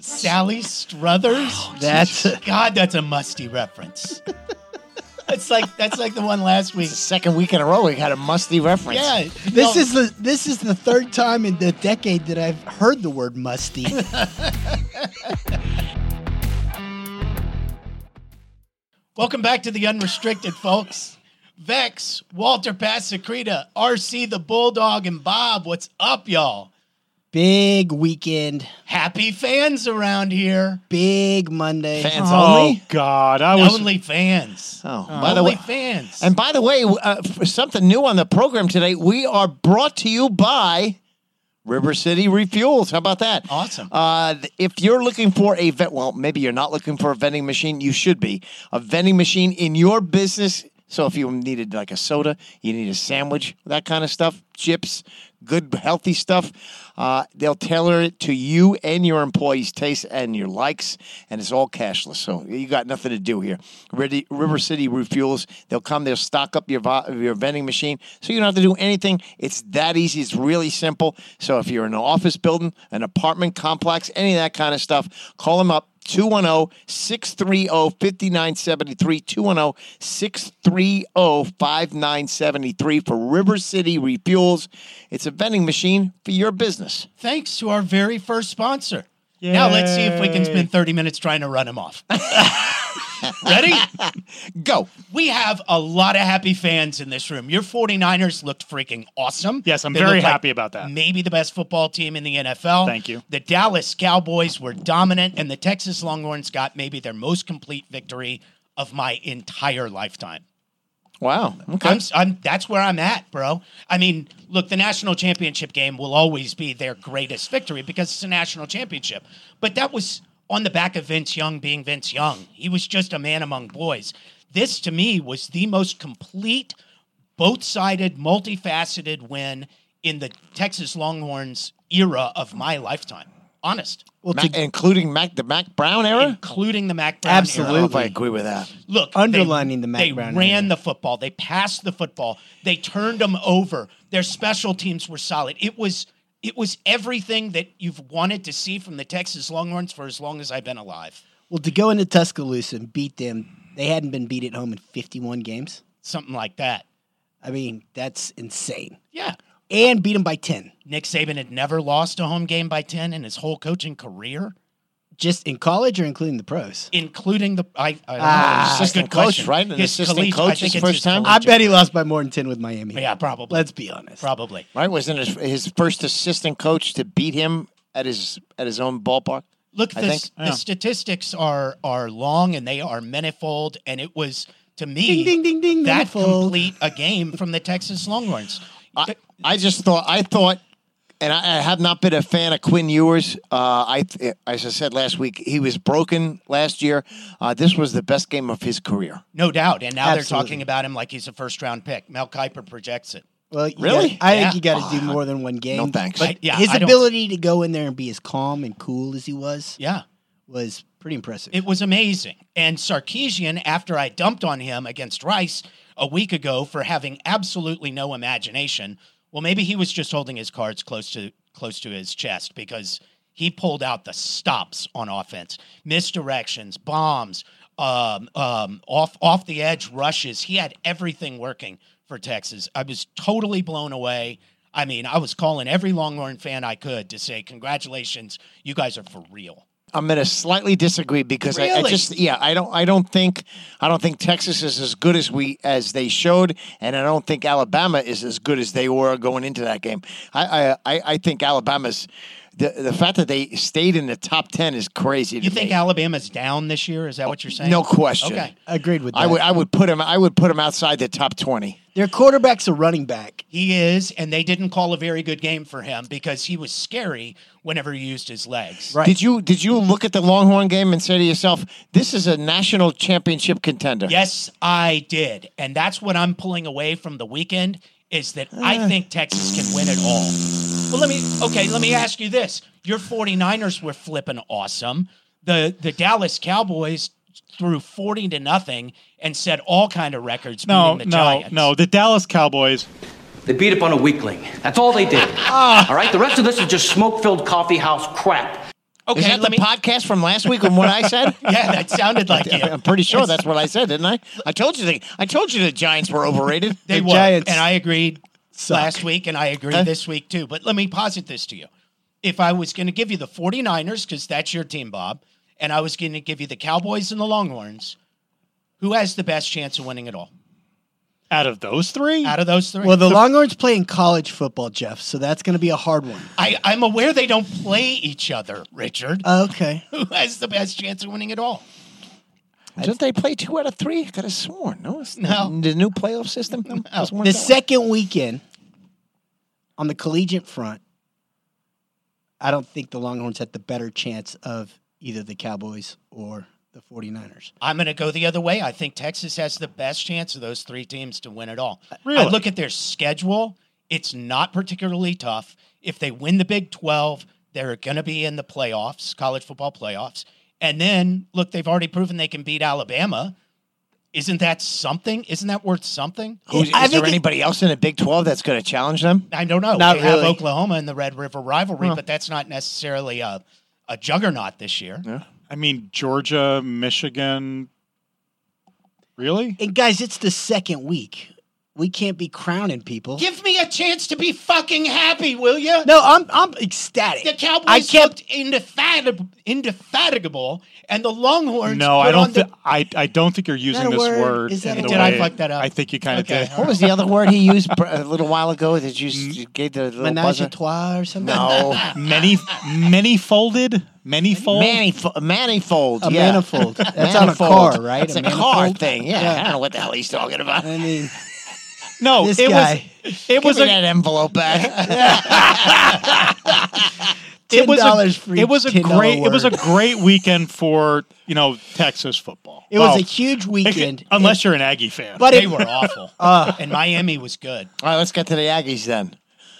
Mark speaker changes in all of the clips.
Speaker 1: Sally Struthers.
Speaker 2: That's
Speaker 1: God, that's a musty reference. it's like that's like the one last week.
Speaker 2: the second week in a row we had a musty reference.
Speaker 1: Yeah, you
Speaker 3: This
Speaker 1: know,
Speaker 3: is the this is the third time in the decade that I've heard the word musty.
Speaker 1: welcome back to the unrestricted, folks. Vex, Walter Pasacreta, RC the Bulldog, and Bob. What's up, y'all?
Speaker 3: big weekend,
Speaker 1: Happy fans around here.
Speaker 3: big Monday.
Speaker 2: Fans
Speaker 3: Only?
Speaker 2: Oh God, I was.
Speaker 1: Only fans.
Speaker 2: Oh,
Speaker 1: Only
Speaker 2: by the way,
Speaker 1: fans.
Speaker 2: and by the way, uh, for something new on the program today. We are brought to you by River City Refuels. How about that?
Speaker 1: Awesome.
Speaker 2: Uh, th- if you're looking for a vet, well, maybe you're not looking for a vending machine. You should be a vending machine in your business. So if you needed like a soda, you need a sandwich, that kind of stuff, chips, good healthy stuff. Uh, they'll tailor it to you and your employees' tastes and your likes, and it's all cashless. So you got nothing to do here. Ready, River City Refuels. They'll come. They'll stock up your vo- your vending machine, so you don't have to do anything. It's that easy. It's really simple. So if you're in an office building, an apartment complex, any of that kind of stuff, call them up. oh, 210-630-5973 oh, 210-630-5973 for River City Refuels. It's a vending machine for your business.
Speaker 1: Thanks to our very first sponsor. Now let's see if we can spend 30 minutes trying to run him off. Ready?
Speaker 2: Go.
Speaker 1: We have a lot of happy fans in this room. Your 49ers looked freaking awesome.
Speaker 4: Yes, I'm
Speaker 1: They
Speaker 4: very
Speaker 1: look like
Speaker 4: happy about that.
Speaker 1: Maybe the best football team in the NFL.
Speaker 4: Thank you.
Speaker 1: The Dallas Cowboys were dominant, and the Texas Longhorns got maybe their most complete victory of my entire lifetime.
Speaker 2: Wow. Okay.
Speaker 1: I'm, I'm that's where I'm at, bro. I mean, look, the national championship game will always be their greatest victory because it's a national championship. But that was on the back of Vince Young being Vince Young. He was just a man among boys. This to me was the most complete, both-sided, multifaceted win in the Texas Longhorns era of my lifetime. Honest,
Speaker 3: Well,
Speaker 2: Ma-
Speaker 3: to-
Speaker 2: including Mac the Mac Brown era?
Speaker 1: including the Mac Brown era.
Speaker 2: I don't know if
Speaker 3: Absolutely.
Speaker 2: I agree with that.
Speaker 1: Look,
Speaker 3: Underlining
Speaker 1: they,
Speaker 3: the Mac
Speaker 1: they
Speaker 3: Brown
Speaker 1: ran
Speaker 3: era.
Speaker 1: the football. They passed the football. They turned them over. Their special teams were solid. It was it was everything that you've wanted to see from the Texas Longhorns for as long as I've been alive.
Speaker 3: well, to go into Tuscaloosa and beat them, they hadn't been beat at home in 51 games.
Speaker 1: Something like that.
Speaker 3: I mean, that's insane.
Speaker 1: Yeah.
Speaker 3: And beat them by 10,
Speaker 1: Nick Saban had never lost a home game by 10 in his whole coaching career,
Speaker 3: just in college or including the pros.
Speaker 1: including the I, I don't know.
Speaker 3: Ah,
Speaker 1: It's a
Speaker 2: assistant
Speaker 1: good
Speaker 2: coach,
Speaker 1: question.
Speaker 2: right? An
Speaker 1: His
Speaker 2: assistant
Speaker 1: collegiate-
Speaker 2: coach
Speaker 1: I think
Speaker 2: his
Speaker 1: it's
Speaker 2: first time?
Speaker 3: I bet he
Speaker 1: collegiate-
Speaker 3: lost by more than 10 with Miami.
Speaker 1: Yeah, probably.
Speaker 3: Let's be honest.
Speaker 1: probably.
Speaker 2: Right? Wasn't his, his first assistant coach to beat him at his at his own ballpark?
Speaker 1: Look,
Speaker 2: I
Speaker 1: the,
Speaker 2: think-
Speaker 1: s- the statistics are are long and they are manifold, and it was to me
Speaker 3: Ding, ding, ding, ding,
Speaker 1: that
Speaker 3: manifold.
Speaker 1: complete a game from the Texas Longhorns.
Speaker 2: I, I just thought I thought, and I, I have not been a fan of Quinn Ewers. Uh, I th- as I said last week, he was broken last year. Uh, this was the best game of his career.
Speaker 1: No doubt. And now they're
Speaker 3: Absolutely.
Speaker 1: talking about him like he's a first round pick. Mel Kiper projects it.
Speaker 3: Well, you
Speaker 2: Really?
Speaker 3: gotta- I
Speaker 1: Yeah.
Speaker 3: think you got to do more than one game.
Speaker 2: No thanks.
Speaker 3: But
Speaker 1: I- yeah,
Speaker 3: his
Speaker 1: I don't-
Speaker 3: ability to go in there and be as calm and cool as he was
Speaker 1: Yeah.
Speaker 3: was pretty impressive.
Speaker 1: It was amazing. And Sarkeesian, after I dumped on him against Rice a week ago for having absolutely no imagination, well, maybe he was just holding his cards close to close to his chest because he pulled out the stops on offense, misdirections, bombs, um, um, off off the edge rushes. He had everything working for Texas. I was totally blown away. I mean, I was calling every Longhorn fan I could to say, "Congratulations, you guys are for real."
Speaker 2: I'm going to slightly disagree because I, I
Speaker 1: Really?
Speaker 2: just yeah I don't I don't think I don't think Texas is as good as we as they showed, and I don't think Alabama is as good as they were going into that game. I I, I, I think Alabama's the the fact that they stayed in the top ten is crazy. To
Speaker 1: You think
Speaker 2: me.
Speaker 1: Alabama's down this year? Is that what you're saying?
Speaker 2: No question.
Speaker 1: Okay.
Speaker 3: Agreed with that.
Speaker 2: I would I would put him I would put him outside the top twenty.
Speaker 3: Their quarterback's a running back.
Speaker 1: He is, and they didn't call a very good game for him because he was scary whenever he used his legs.
Speaker 3: Right.
Speaker 2: Did you did you look at the Longhorn game and say to yourself, "This is a national championship contender"?
Speaker 1: Yes, I did. And that's what I'm pulling away from the weekend is that
Speaker 4: Uh.
Speaker 1: I think Texas can win it all. Well, let me okay, let me ask you this. Your 49ers were flipping awesome. The the Dallas Cowboys threw 40 to nothing and set all kind of records
Speaker 4: No,
Speaker 1: beating the
Speaker 4: no,
Speaker 1: Giants.
Speaker 4: no. The Dallas Cowboys.
Speaker 5: They beat up on a weakling. That's all they did. All right, the rest of this is just smoke filled coffee house crap.
Speaker 1: Okay,
Speaker 2: Is that
Speaker 1: let
Speaker 2: the
Speaker 1: me-
Speaker 2: podcast from last week and what I said?
Speaker 1: Yeah, that sounded like you.
Speaker 2: I'm pretty sure that's what I said, didn't I? I told you the I told you the Giants were overrated.
Speaker 1: They
Speaker 3: The
Speaker 1: were,
Speaker 3: Giants
Speaker 1: and I agreed
Speaker 3: suck.
Speaker 1: last week, and I agree
Speaker 2: Okay.
Speaker 1: this week too. But let me posit this to you: if I was going to give you the 49ers, because that's your team, Bob, and I was going to give you the Cowboys and the Longhorns, who has the best chance of winning it all
Speaker 4: Out of those three,
Speaker 1: out of those three?
Speaker 3: Well, the Longhorns play in college football, Jeff, so that's going to be a hard one.
Speaker 1: I, I'm aware they don't play each other, Richard.
Speaker 3: Okay.
Speaker 1: who has the best chance of winning it all?
Speaker 2: Didn't they play two out of three? I could have sworn. No, it's
Speaker 1: No.
Speaker 2: The new playoff system. Doesn't work
Speaker 3: The
Speaker 2: that way.
Speaker 3: second weekend on the collegiate front, I don't think the Longhorns had the better chance of either the Cowboys or the 49ers.
Speaker 1: I'm going to go the other way. I think Texas has the best chance of those three teams to win it all. I
Speaker 2: Uh,
Speaker 4: Really?
Speaker 1: look at their schedule, it's not particularly tough. If they win the Big 12, they're going to be in the playoffs, college football playoffs. And then, look, they've already proven they can beat Alabama. Isn't that something? Isn't that worth something?
Speaker 2: Who's,
Speaker 3: I
Speaker 2: is there
Speaker 3: think it-
Speaker 2: anybody else in the Big Twelve that's going to challenge them?
Speaker 1: I don't know.
Speaker 2: Not
Speaker 1: they have
Speaker 2: really.
Speaker 1: Oklahoma and the Red River rivalry,
Speaker 2: Huh.
Speaker 1: but that's not necessarily a, a juggernaut this year.
Speaker 4: I mean Georgia, Michigan. Really?
Speaker 3: And guys, it's the second week. We can't be crowning people.
Speaker 1: Give me a chance to be fucking happy, will you?
Speaker 3: No, I'm I'm ecstatic.
Speaker 1: The Cowboys
Speaker 3: I kept
Speaker 1: looked indefatigable, indefatigable, and the Longhorns.
Speaker 4: No, I
Speaker 1: put
Speaker 4: don't.
Speaker 1: on the-
Speaker 4: Thi- I I don't think you're using
Speaker 3: a
Speaker 4: this
Speaker 3: word?
Speaker 4: word.
Speaker 3: Is that
Speaker 4: in
Speaker 1: a
Speaker 4: the
Speaker 1: word? Did I
Speaker 4: way-
Speaker 1: fuck that up?
Speaker 4: I think you kind of
Speaker 1: Okay,
Speaker 4: did.
Speaker 1: all
Speaker 2: What was the other word he used pr- a little while ago that you s- gave the little
Speaker 3: Menage a
Speaker 2: buzzer?
Speaker 3: trois or something.
Speaker 2: No,
Speaker 4: Many, many folded, many fold.
Speaker 2: manifold. Manifold.
Speaker 3: A
Speaker 2: yeah.
Speaker 3: manifold. That's
Speaker 2: Manifold.
Speaker 3: on a car, right?
Speaker 2: It's a,
Speaker 3: manifold?
Speaker 2: car thing. Yeah. I don't know what the hell he's talking about.
Speaker 3: I mean,
Speaker 4: No,
Speaker 3: This
Speaker 4: it
Speaker 3: guy.
Speaker 4: was. It
Speaker 2: Give
Speaker 4: was
Speaker 2: me
Speaker 4: a.
Speaker 2: that envelope back.
Speaker 4: it was
Speaker 3: $10
Speaker 4: a.
Speaker 3: for
Speaker 4: it
Speaker 3: each
Speaker 4: was a
Speaker 3: $10
Speaker 4: great. It was a
Speaker 3: word.
Speaker 4: great weekend for you know Texas football.
Speaker 3: it
Speaker 4: Well,
Speaker 3: was a huge weekend.
Speaker 4: Unless you're an Aggie fan,
Speaker 3: but
Speaker 1: they
Speaker 3: it,
Speaker 1: were awful,
Speaker 4: Uh.
Speaker 1: and Miami was good.
Speaker 2: All right, let's get to the Aggies then.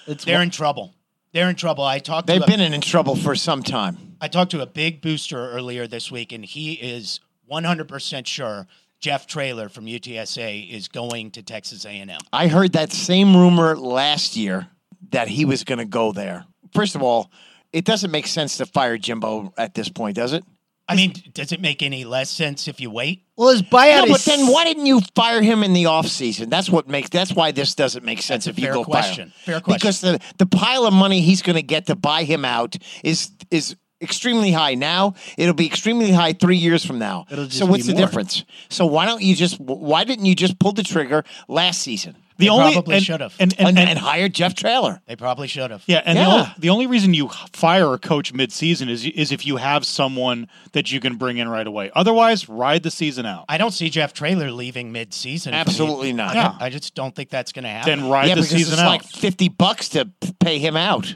Speaker 3: it's
Speaker 1: They're in trouble. They're in trouble. I talked.
Speaker 2: They've
Speaker 1: to
Speaker 2: been
Speaker 1: A,
Speaker 2: in, in trouble for some time.
Speaker 1: I talked to a big booster earlier this week, and he is 100 percent sure Jeff Trailer from UTSA is going to Texas A&M.
Speaker 2: I heard that same rumor last year that he was going to go there. First of all, it doesn't make sense to fire Jimbo at this point, does it?
Speaker 1: I mean, does it make any less sense if you wait?
Speaker 3: well, his buyout
Speaker 2: No,
Speaker 3: is
Speaker 2: but then why didn't you fire him in the offseason? That's what makes that's why this doesn't make sense
Speaker 1: That's a
Speaker 2: if you
Speaker 1: fair
Speaker 2: go
Speaker 1: question.
Speaker 2: fire
Speaker 1: Fair
Speaker 2: him.
Speaker 1: question.
Speaker 2: Because the, the pile of money he's gonna get to buy him out is is extremely high now. It'll be extremely high three years from now.
Speaker 3: It'll just
Speaker 2: so what's
Speaker 3: be
Speaker 2: the
Speaker 3: more.
Speaker 2: difference? So why don't you just why didn't you just pull the trigger last season?
Speaker 4: the
Speaker 1: They
Speaker 4: only
Speaker 1: probably
Speaker 4: and-
Speaker 1: should've.
Speaker 4: and- and-
Speaker 2: And,
Speaker 4: and-
Speaker 2: and hire Jeff Trailer.
Speaker 1: They probably should have.
Speaker 4: Yeah, and
Speaker 2: Yeah.
Speaker 4: The, only, the only reason you fire a coach midseason is is if you have someone that you can bring in right away. Otherwise, ride the season out.
Speaker 1: I don't see Jeff Trailer leaving mid-season. from
Speaker 2: Absolutely
Speaker 1: UT.
Speaker 2: not.
Speaker 1: I, don't- I just don't think that's going to happen.
Speaker 4: Then ride
Speaker 2: yeah,
Speaker 4: the
Speaker 2: because
Speaker 4: season
Speaker 2: it's
Speaker 4: out,
Speaker 2: like fifty bucks to pay him out.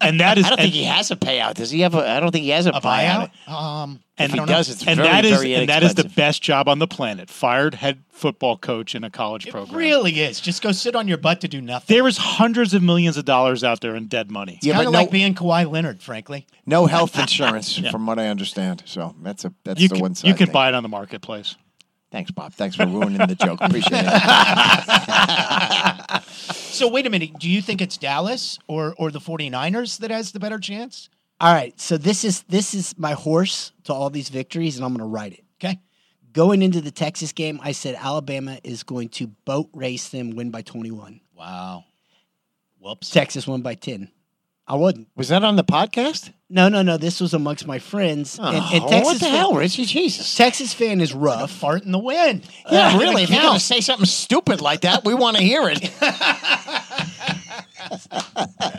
Speaker 4: and that is
Speaker 2: I don't
Speaker 4: and,
Speaker 2: think he has a payout. Does he have a? I don't think he has a,
Speaker 1: a buyout. Um,
Speaker 2: If
Speaker 1: I
Speaker 2: he
Speaker 1: don't know.
Speaker 2: does, it's
Speaker 4: and
Speaker 2: very,
Speaker 4: that is
Speaker 2: very
Speaker 4: and that is the
Speaker 2: inexpensive.
Speaker 4: best job on the planet. Fired head football coach in a college program.
Speaker 1: really is. Just go sit on your butt to do nothing.
Speaker 4: There is hundreds of millions of dollars out there in dead money.
Speaker 2: Yeah,
Speaker 1: kind
Speaker 2: but
Speaker 1: of
Speaker 2: no-
Speaker 1: like being Kawhi Leonard, frankly.
Speaker 2: No health insurance, from what I understand. So that's a that's
Speaker 4: you
Speaker 2: the
Speaker 4: can,
Speaker 2: one side.
Speaker 4: you can
Speaker 2: thing.
Speaker 4: buy it on the marketplace.
Speaker 2: Thanks, Bob. Thanks for ruining the joke. Appreciate it.
Speaker 1: So wait a minute. Do you think it's Dallas or or the 49ers that has the better chance?
Speaker 3: All right, so this is this is my horse to all these victories, and I'm going to ride it.
Speaker 1: Okay.
Speaker 3: Going into the Texas game, I said Alabama is going to boat race them, win by 21.
Speaker 1: Wow. Whoops.
Speaker 3: Texas won by 10. I wouldn't.
Speaker 2: Was that on the podcast?
Speaker 3: No, no, no. This was amongst my friends.
Speaker 2: Oh,
Speaker 3: and, and Texas
Speaker 2: what the
Speaker 3: fan,
Speaker 2: hell, Richie? Jesus.
Speaker 3: Texas fan is
Speaker 1: A
Speaker 3: rough.
Speaker 1: fart in the wind.
Speaker 2: Yeah,
Speaker 3: Uh,
Speaker 2: really. If you're
Speaker 3: count.
Speaker 2: going to say something stupid like that, we want to hear it.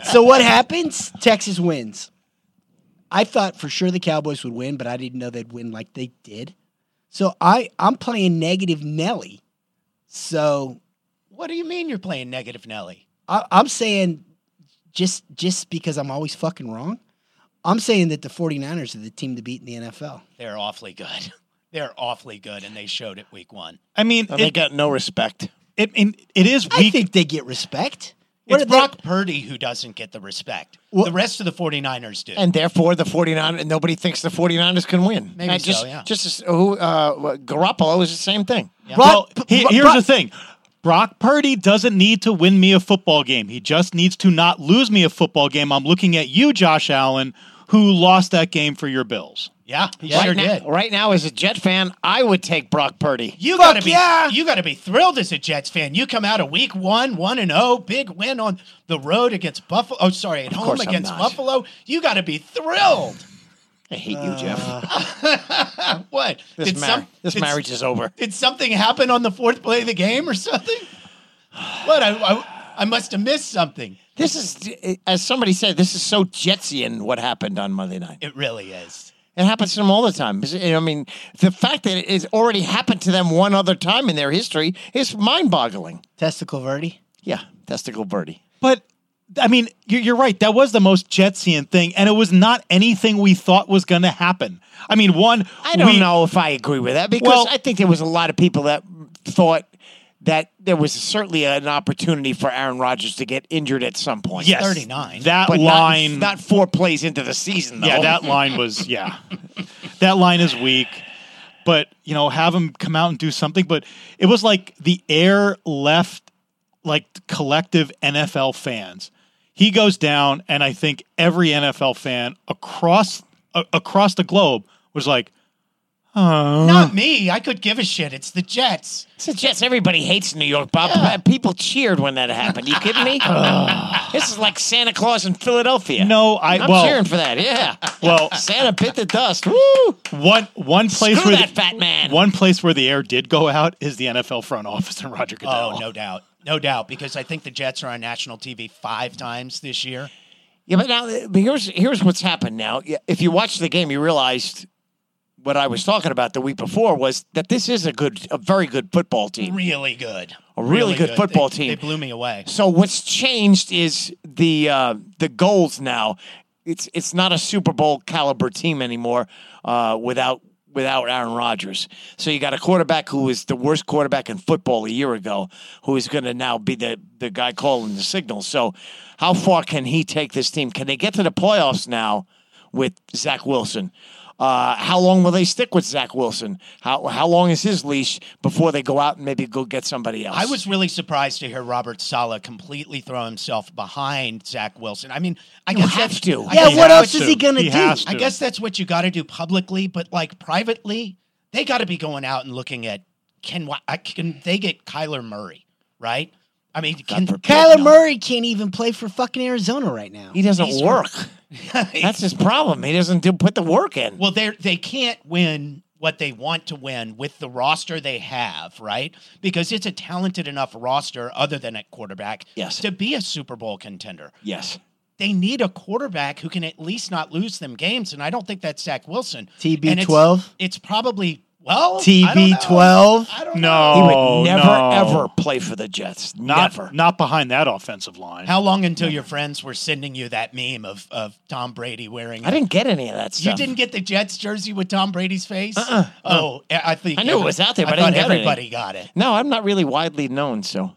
Speaker 3: so what happens? Texas wins. I thought for sure the Cowboys would win, but I didn't know they'd win like they did. So I I'm playing negative Nelly. So
Speaker 1: What do you mean you're playing negative Nelly?
Speaker 3: I, I'm saying just just because I'm always fucking wrong. I'm saying that the 49ers are the team to beat in the NFL.
Speaker 1: They're awfully good. They're awfully good, and they showed it week one.
Speaker 4: I mean,
Speaker 2: And they
Speaker 4: it,
Speaker 2: got no respect.
Speaker 4: it, it, it is
Speaker 3: I
Speaker 4: week.
Speaker 3: think they get respect. What
Speaker 1: It's
Speaker 3: are they-
Speaker 1: Brock Purdy who doesn't get the respect.
Speaker 3: Well-
Speaker 1: the rest of the 49ers do.
Speaker 2: And therefore, the 49 and nobody thinks the 49ers can win.
Speaker 1: Maybe
Speaker 2: Uh,
Speaker 1: so,
Speaker 2: just,
Speaker 1: yeah.
Speaker 2: Just as, who, uh, Garoppolo is the same thing.
Speaker 4: well,
Speaker 3: Brock-
Speaker 4: he-
Speaker 3: Brock-
Speaker 4: here's the thing. Brock Purdy doesn't need to win me a football game. He just needs to not lose me a football game. I'm looking at you, Josh Allen, who lost that game for your Bills.
Speaker 1: Yeah, he
Speaker 2: right
Speaker 1: sure
Speaker 2: now,
Speaker 1: did.
Speaker 2: right now, as a Jet fan, I would take Brock Purdy.
Speaker 1: You gotta be
Speaker 3: yeah.
Speaker 1: you gotta be thrilled as a Jets fan. You come out of week one, one and oh, big win on the road against Buffalo. Oh, sorry, at home
Speaker 2: course I'm
Speaker 1: against
Speaker 2: not.
Speaker 1: Buffalo. You gotta be thrilled.
Speaker 2: I hate you, Jeff.
Speaker 1: what?
Speaker 2: This,
Speaker 1: did
Speaker 2: mar-
Speaker 1: some-
Speaker 2: this
Speaker 1: did-
Speaker 2: marriage is over.
Speaker 1: Did something happen on the fourth play of the game or something? What? I, I, I must have missed something.
Speaker 2: This is, as somebody said, this is so Jetsian what happened on Monday night.
Speaker 1: It really is.
Speaker 2: It happens to them all the time. Is- I mean, the fact that it's already happened to them one other time in their history is mind boggling.
Speaker 3: Testicle Verdi.
Speaker 2: Yeah, testicle birdie.
Speaker 4: But I mean, you're, you're right. That was the most Jetsian thing, and it was not anything we thought was going to happen. I mean, one,
Speaker 2: I don't
Speaker 4: we-
Speaker 2: know if I agree with that because
Speaker 4: Well-
Speaker 2: I think there was a lot of people that thought that there was certainly an opportunity for Aaron Rodgers to get injured at some point.
Speaker 4: Yes,
Speaker 1: 39.
Speaker 4: That
Speaker 2: But not-
Speaker 4: line,
Speaker 2: not, four plays into the season, though.
Speaker 4: yeah, that line was yeah, that line is weak. But you know, have him come out and do something. But it was like the air left, like collective NFL fans. He goes down, and I think every NFL fan across a- across the globe was like, "Oh,
Speaker 1: Not me. I could give a shit. It's the Jets.
Speaker 2: So, Jets, everybody hates New York, Bob. People cheered when that happened. you kidding me? this is like Santa Claus in Philadelphia.
Speaker 4: Uh. no, I
Speaker 2: I'm
Speaker 4: well,
Speaker 2: cheering for that. Yeah.
Speaker 4: well,
Speaker 2: Santa bit the dust. Woo!
Speaker 4: One one place
Speaker 2: Screw
Speaker 4: where
Speaker 2: that
Speaker 4: the,
Speaker 2: fat man.
Speaker 4: one place where the air did go out is the NFL front office and Roger Goodell.
Speaker 1: Oh, no doubt. No doubt, because I think the Jets are on national TV five times this year.
Speaker 2: Yeah, but now uh, but here's here's what's happened. Now, Yeah, if you watch the game, you realized what I was talking about the week before was that this is a good, a very good football team.
Speaker 1: Really good.
Speaker 2: A really good football
Speaker 1: They-
Speaker 2: team.
Speaker 1: They blew me away.
Speaker 2: So what's changed is the uh, the goals now. It's it's not a Super Bowl caliber team anymore uh, without without Aaron Rodgers. So you got a quarterback who was the worst quarterback in football a year ago, who is going to now be the the guy calling the signals. So how far can he take this team? Can they get to the playoffs now with Zach Wilson? Uh, how long will they stick with Zach Wilson? How how long is his leash before they go out and maybe go get somebody else?
Speaker 1: I was really surprised to hear Robert Sala completely throw himself behind Zach Wilson. I mean, I guess
Speaker 2: have
Speaker 1: that's-
Speaker 2: to.
Speaker 1: I
Speaker 3: Yeah,
Speaker 1: guess
Speaker 3: what
Speaker 1: that's-
Speaker 3: else is he gonna do?
Speaker 4: has
Speaker 1: I guess that's what you got to do publicly, but like privately, they got to be going out and looking at can wha- I- can they get Kyler Murray right? I mean, can
Speaker 2: forbid.
Speaker 3: Kyler Murray can't even play for fucking Arizona right now.
Speaker 2: He doesn't
Speaker 1: He's
Speaker 2: work. That's his problem. He doesn't do put the work in.
Speaker 1: well they they can't win what they want to win with the roster they have, right? Because it's a talented enough roster, other than at quarterback,
Speaker 2: Yes.
Speaker 1: to be a Super Bowl contender.
Speaker 2: yes.
Speaker 1: They need a quarterback who can at least not lose them games, and I don't think that's Zach Wilson. And it's-
Speaker 3: TB12.
Speaker 1: It's probably well I don't know.
Speaker 3: TB12.
Speaker 1: I don't
Speaker 4: No.
Speaker 1: know.
Speaker 2: He
Speaker 4: Oh,
Speaker 2: would never
Speaker 4: no.
Speaker 2: ever play for the Jets.
Speaker 4: not
Speaker 2: never.
Speaker 4: not behind that offensive line.
Speaker 1: How long until your friends were sending you that meme of, of Tom Brady wearing?
Speaker 2: I didn't get any of that
Speaker 1: You
Speaker 2: stuff.
Speaker 1: didn't get the Jets jersey with Tom Brady's face. Uh-uh, oh, I I think
Speaker 2: I knew it was out there, but I
Speaker 1: thought
Speaker 2: didn't get
Speaker 1: everybody got it.
Speaker 2: No, I'm not really widely known, so.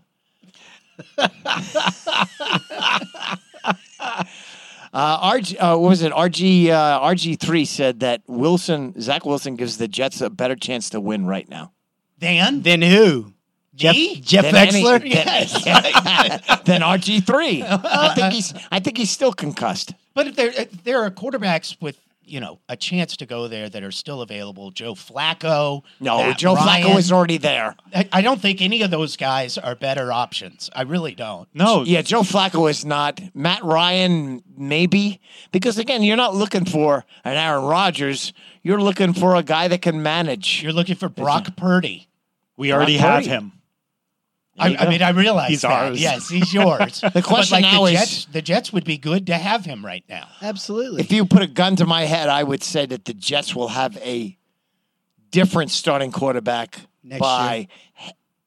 Speaker 2: Uh, RG, uh, what was it? RG uh, RG three said that Wilson Zach Wilson gives the Jets a better chance to win right now.
Speaker 1: Dan,
Speaker 3: Then who? Jeff,
Speaker 1: Me?
Speaker 3: Jeff
Speaker 2: Than any-
Speaker 3: Exler?
Speaker 2: than- than RG three. I think he's I think he's still concussed.
Speaker 1: but if there if there are quarterbacks with you know a chance to go there that are still available. Joe Flacco.
Speaker 2: No,
Speaker 1: Matt
Speaker 2: Joe Flacco
Speaker 1: Ryan.
Speaker 2: is already there.
Speaker 1: I, I don't think any of those guys are better options. I really don't.
Speaker 4: no,
Speaker 2: Yeah, Joe Flacco is not. Matt Ryan, maybe. Because again, you're not looking for an Aaron Rodgers. You're looking for a guy that can manage.
Speaker 1: You're looking for Brock Purdy.
Speaker 4: we already
Speaker 2: Brock
Speaker 4: have
Speaker 2: Purdy.
Speaker 4: him.
Speaker 1: I,
Speaker 2: you go.
Speaker 1: I mean, I realize
Speaker 4: He's
Speaker 1: that.
Speaker 4: ours.
Speaker 1: Yes, he's yours. the
Speaker 2: question
Speaker 1: like,
Speaker 2: now
Speaker 1: the
Speaker 2: is-
Speaker 1: Jets, the Jets would be good to have him right now.
Speaker 3: Absolutely.
Speaker 2: If you put a gun to my head, I would say that the Jets will have a different starting quarterback
Speaker 3: Next
Speaker 2: by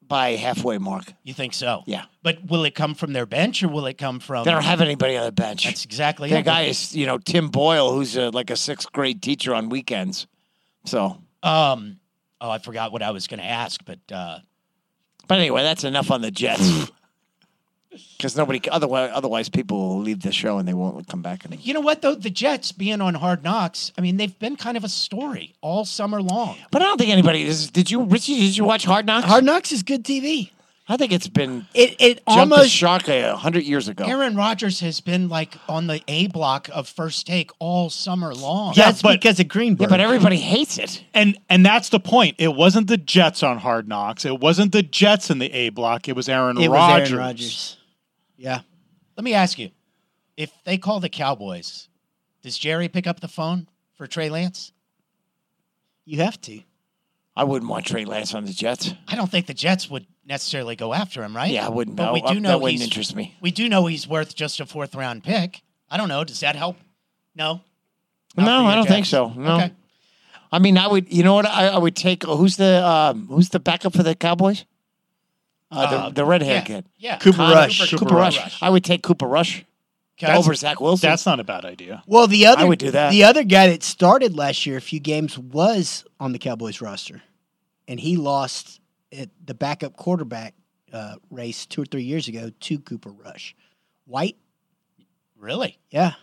Speaker 2: by halfway mark.
Speaker 1: You think so?
Speaker 2: Yeah.
Speaker 1: But will it come from their bench or will it come from?
Speaker 2: They don't have anybody on the bench.
Speaker 1: That's exactly
Speaker 2: Their
Speaker 1: it.
Speaker 2: guy is, you know, Tim Boyle, who's a, like a sixth grade teacher on weekends. So,
Speaker 1: Um. Oh, I forgot what I was going to ask, but uh,
Speaker 2: but anyway, that's enough on the Jets. Because nobody, otherwise, otherwise people will leave the show and they won't come back. And
Speaker 1: you know what though? The Jets being on Hard Knocks, I mean, they've been kind of a story all summer long.
Speaker 2: But I don't think anybody. Is, did you, Richie? Did you watch Hard Knocks?
Speaker 3: Hard Knocks is good TV.
Speaker 2: I think it's been
Speaker 3: It it
Speaker 2: jumped the
Speaker 3: almost
Speaker 2: shark a hundred years ago.
Speaker 1: Aaron Rodgers has been like on the A block of first take all summer long.
Speaker 4: Yeah,
Speaker 3: that's
Speaker 4: but-
Speaker 3: because of Greenberg.
Speaker 2: yeah, but everybody hates it.
Speaker 4: And and that's the point. It wasn't the Jets on Hard Knocks. It wasn't the Jets in the A block. It was Aaron
Speaker 3: it
Speaker 4: Rodgers.
Speaker 3: was Aaron Rodgers. Yeah.
Speaker 1: Let me ask you if they call the Cowboys, does Jerry pick up the phone for Trey Lance?
Speaker 3: You have to.
Speaker 2: I wouldn't want Trey Lance on the Jets.
Speaker 1: I don't think the Jets would necessarily go after him, right?
Speaker 2: Yeah, I wouldn't.
Speaker 1: But
Speaker 2: know.
Speaker 1: we
Speaker 2: Uh,
Speaker 1: do know
Speaker 2: that wouldn't
Speaker 1: he's-
Speaker 2: interest me.
Speaker 1: We do know he's worth just a fourth round pick. I don't know. Does that help? No. Not for
Speaker 2: No,
Speaker 1: your
Speaker 2: I don't think
Speaker 1: Jets.
Speaker 2: so. No,
Speaker 1: Okay.
Speaker 2: I mean, I would. You know what? I, I would take. Who's the um, Who's the backup for the Cowboys? Uh, the,
Speaker 1: Uh,
Speaker 2: the redhead
Speaker 1: yeah.
Speaker 2: kid,
Speaker 1: Yeah.
Speaker 4: Cooper
Speaker 1: Connor
Speaker 4: Rush.
Speaker 2: Cooper,
Speaker 4: Cooper
Speaker 2: Rush.
Speaker 1: Rush.
Speaker 2: I would take Cooper Rush
Speaker 1: Okay.
Speaker 2: over Zach Wilson.
Speaker 4: That's not a bad idea.
Speaker 3: Well, the other
Speaker 2: would do that.
Speaker 3: The other guy that started last year a few games was on the Cowboys roster, and he lost at the backup quarterback uh, race two or three years ago to Cooper Rush, White.
Speaker 1: Really?
Speaker 3: Yeah,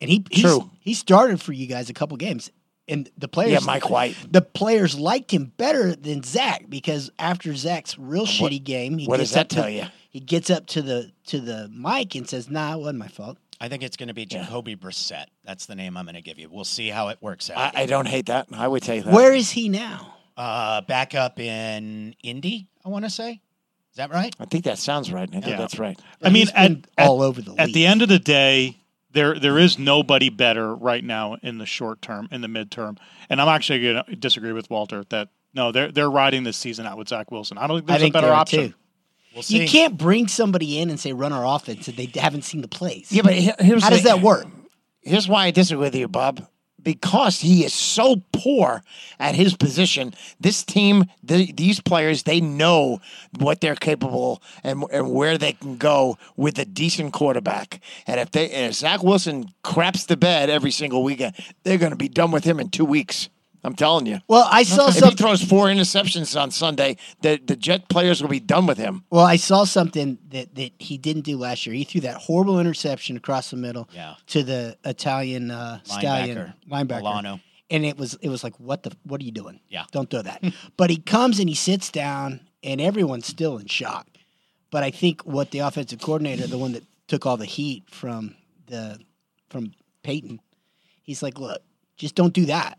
Speaker 3: and he he's-
Speaker 2: True.
Speaker 3: he started for you guys a couple games, and the players
Speaker 2: yeah, Mike White.
Speaker 3: the players liked him better than Zach because after Zach's real shitty game, he
Speaker 2: What does
Speaker 3: gets
Speaker 2: that
Speaker 3: up to-
Speaker 2: tell you?
Speaker 3: He gets up to the to the mic and says, "Nah, it wasn't my fault."
Speaker 1: I think it's going to be
Speaker 2: Yeah.
Speaker 1: Jacoby Brissett. That's the name I'm going to give you. We'll see how it works out.
Speaker 2: I, I don't hate that. I would take that.
Speaker 3: Where is he now?
Speaker 1: uh, back up in Indy, I want to say. Is that right?
Speaker 2: I think that sounds right. I think
Speaker 4: Yeah.
Speaker 2: that's right.
Speaker 4: I mean,
Speaker 3: He's been
Speaker 4: at-
Speaker 3: all over the
Speaker 4: At
Speaker 3: league.
Speaker 4: the end of the day, there there is nobody better right now in the short term, in the midterm. And I'm actually going to disagree with Walter that no, they're they're riding this season out with Zach Wilson. I don't think
Speaker 3: I
Speaker 4: there's
Speaker 3: think
Speaker 4: a better
Speaker 3: there are
Speaker 4: option.
Speaker 3: two.
Speaker 1: We'll see.
Speaker 3: You can't bring somebody in and say run our offense if they haven't seen the plays.
Speaker 2: Yeah, but he- here's
Speaker 3: How
Speaker 2: the-
Speaker 3: does that work?
Speaker 2: Here's why I disagree with you, Bob. Because he is so poor at his position, this team, th- these players, they know what they're capable and, and where they can go with a decent quarterback. And if they, and if Zach Wilson craps the bed every single weekend, they're going to be done with him in two weeks. I'm telling you.
Speaker 3: Well, I saw
Speaker 2: If he
Speaker 3: something.
Speaker 2: throws four interceptions on Sunday, the, the Jet players will be done with him.
Speaker 3: Well, I saw something that, that he didn't do last year. He threw that horrible interception across the middle
Speaker 1: Yeah.
Speaker 3: to the Italian uh, stallion linebacker,
Speaker 1: Milano.
Speaker 3: and it was it was like what the what are you doing?
Speaker 1: Yeah.
Speaker 3: don't throw that. but he comes and he sits down, and everyone's still in shock. But I think what the offensive coordinator, the one that took all the heat from the from Peyton, he's like, look, just don't do that.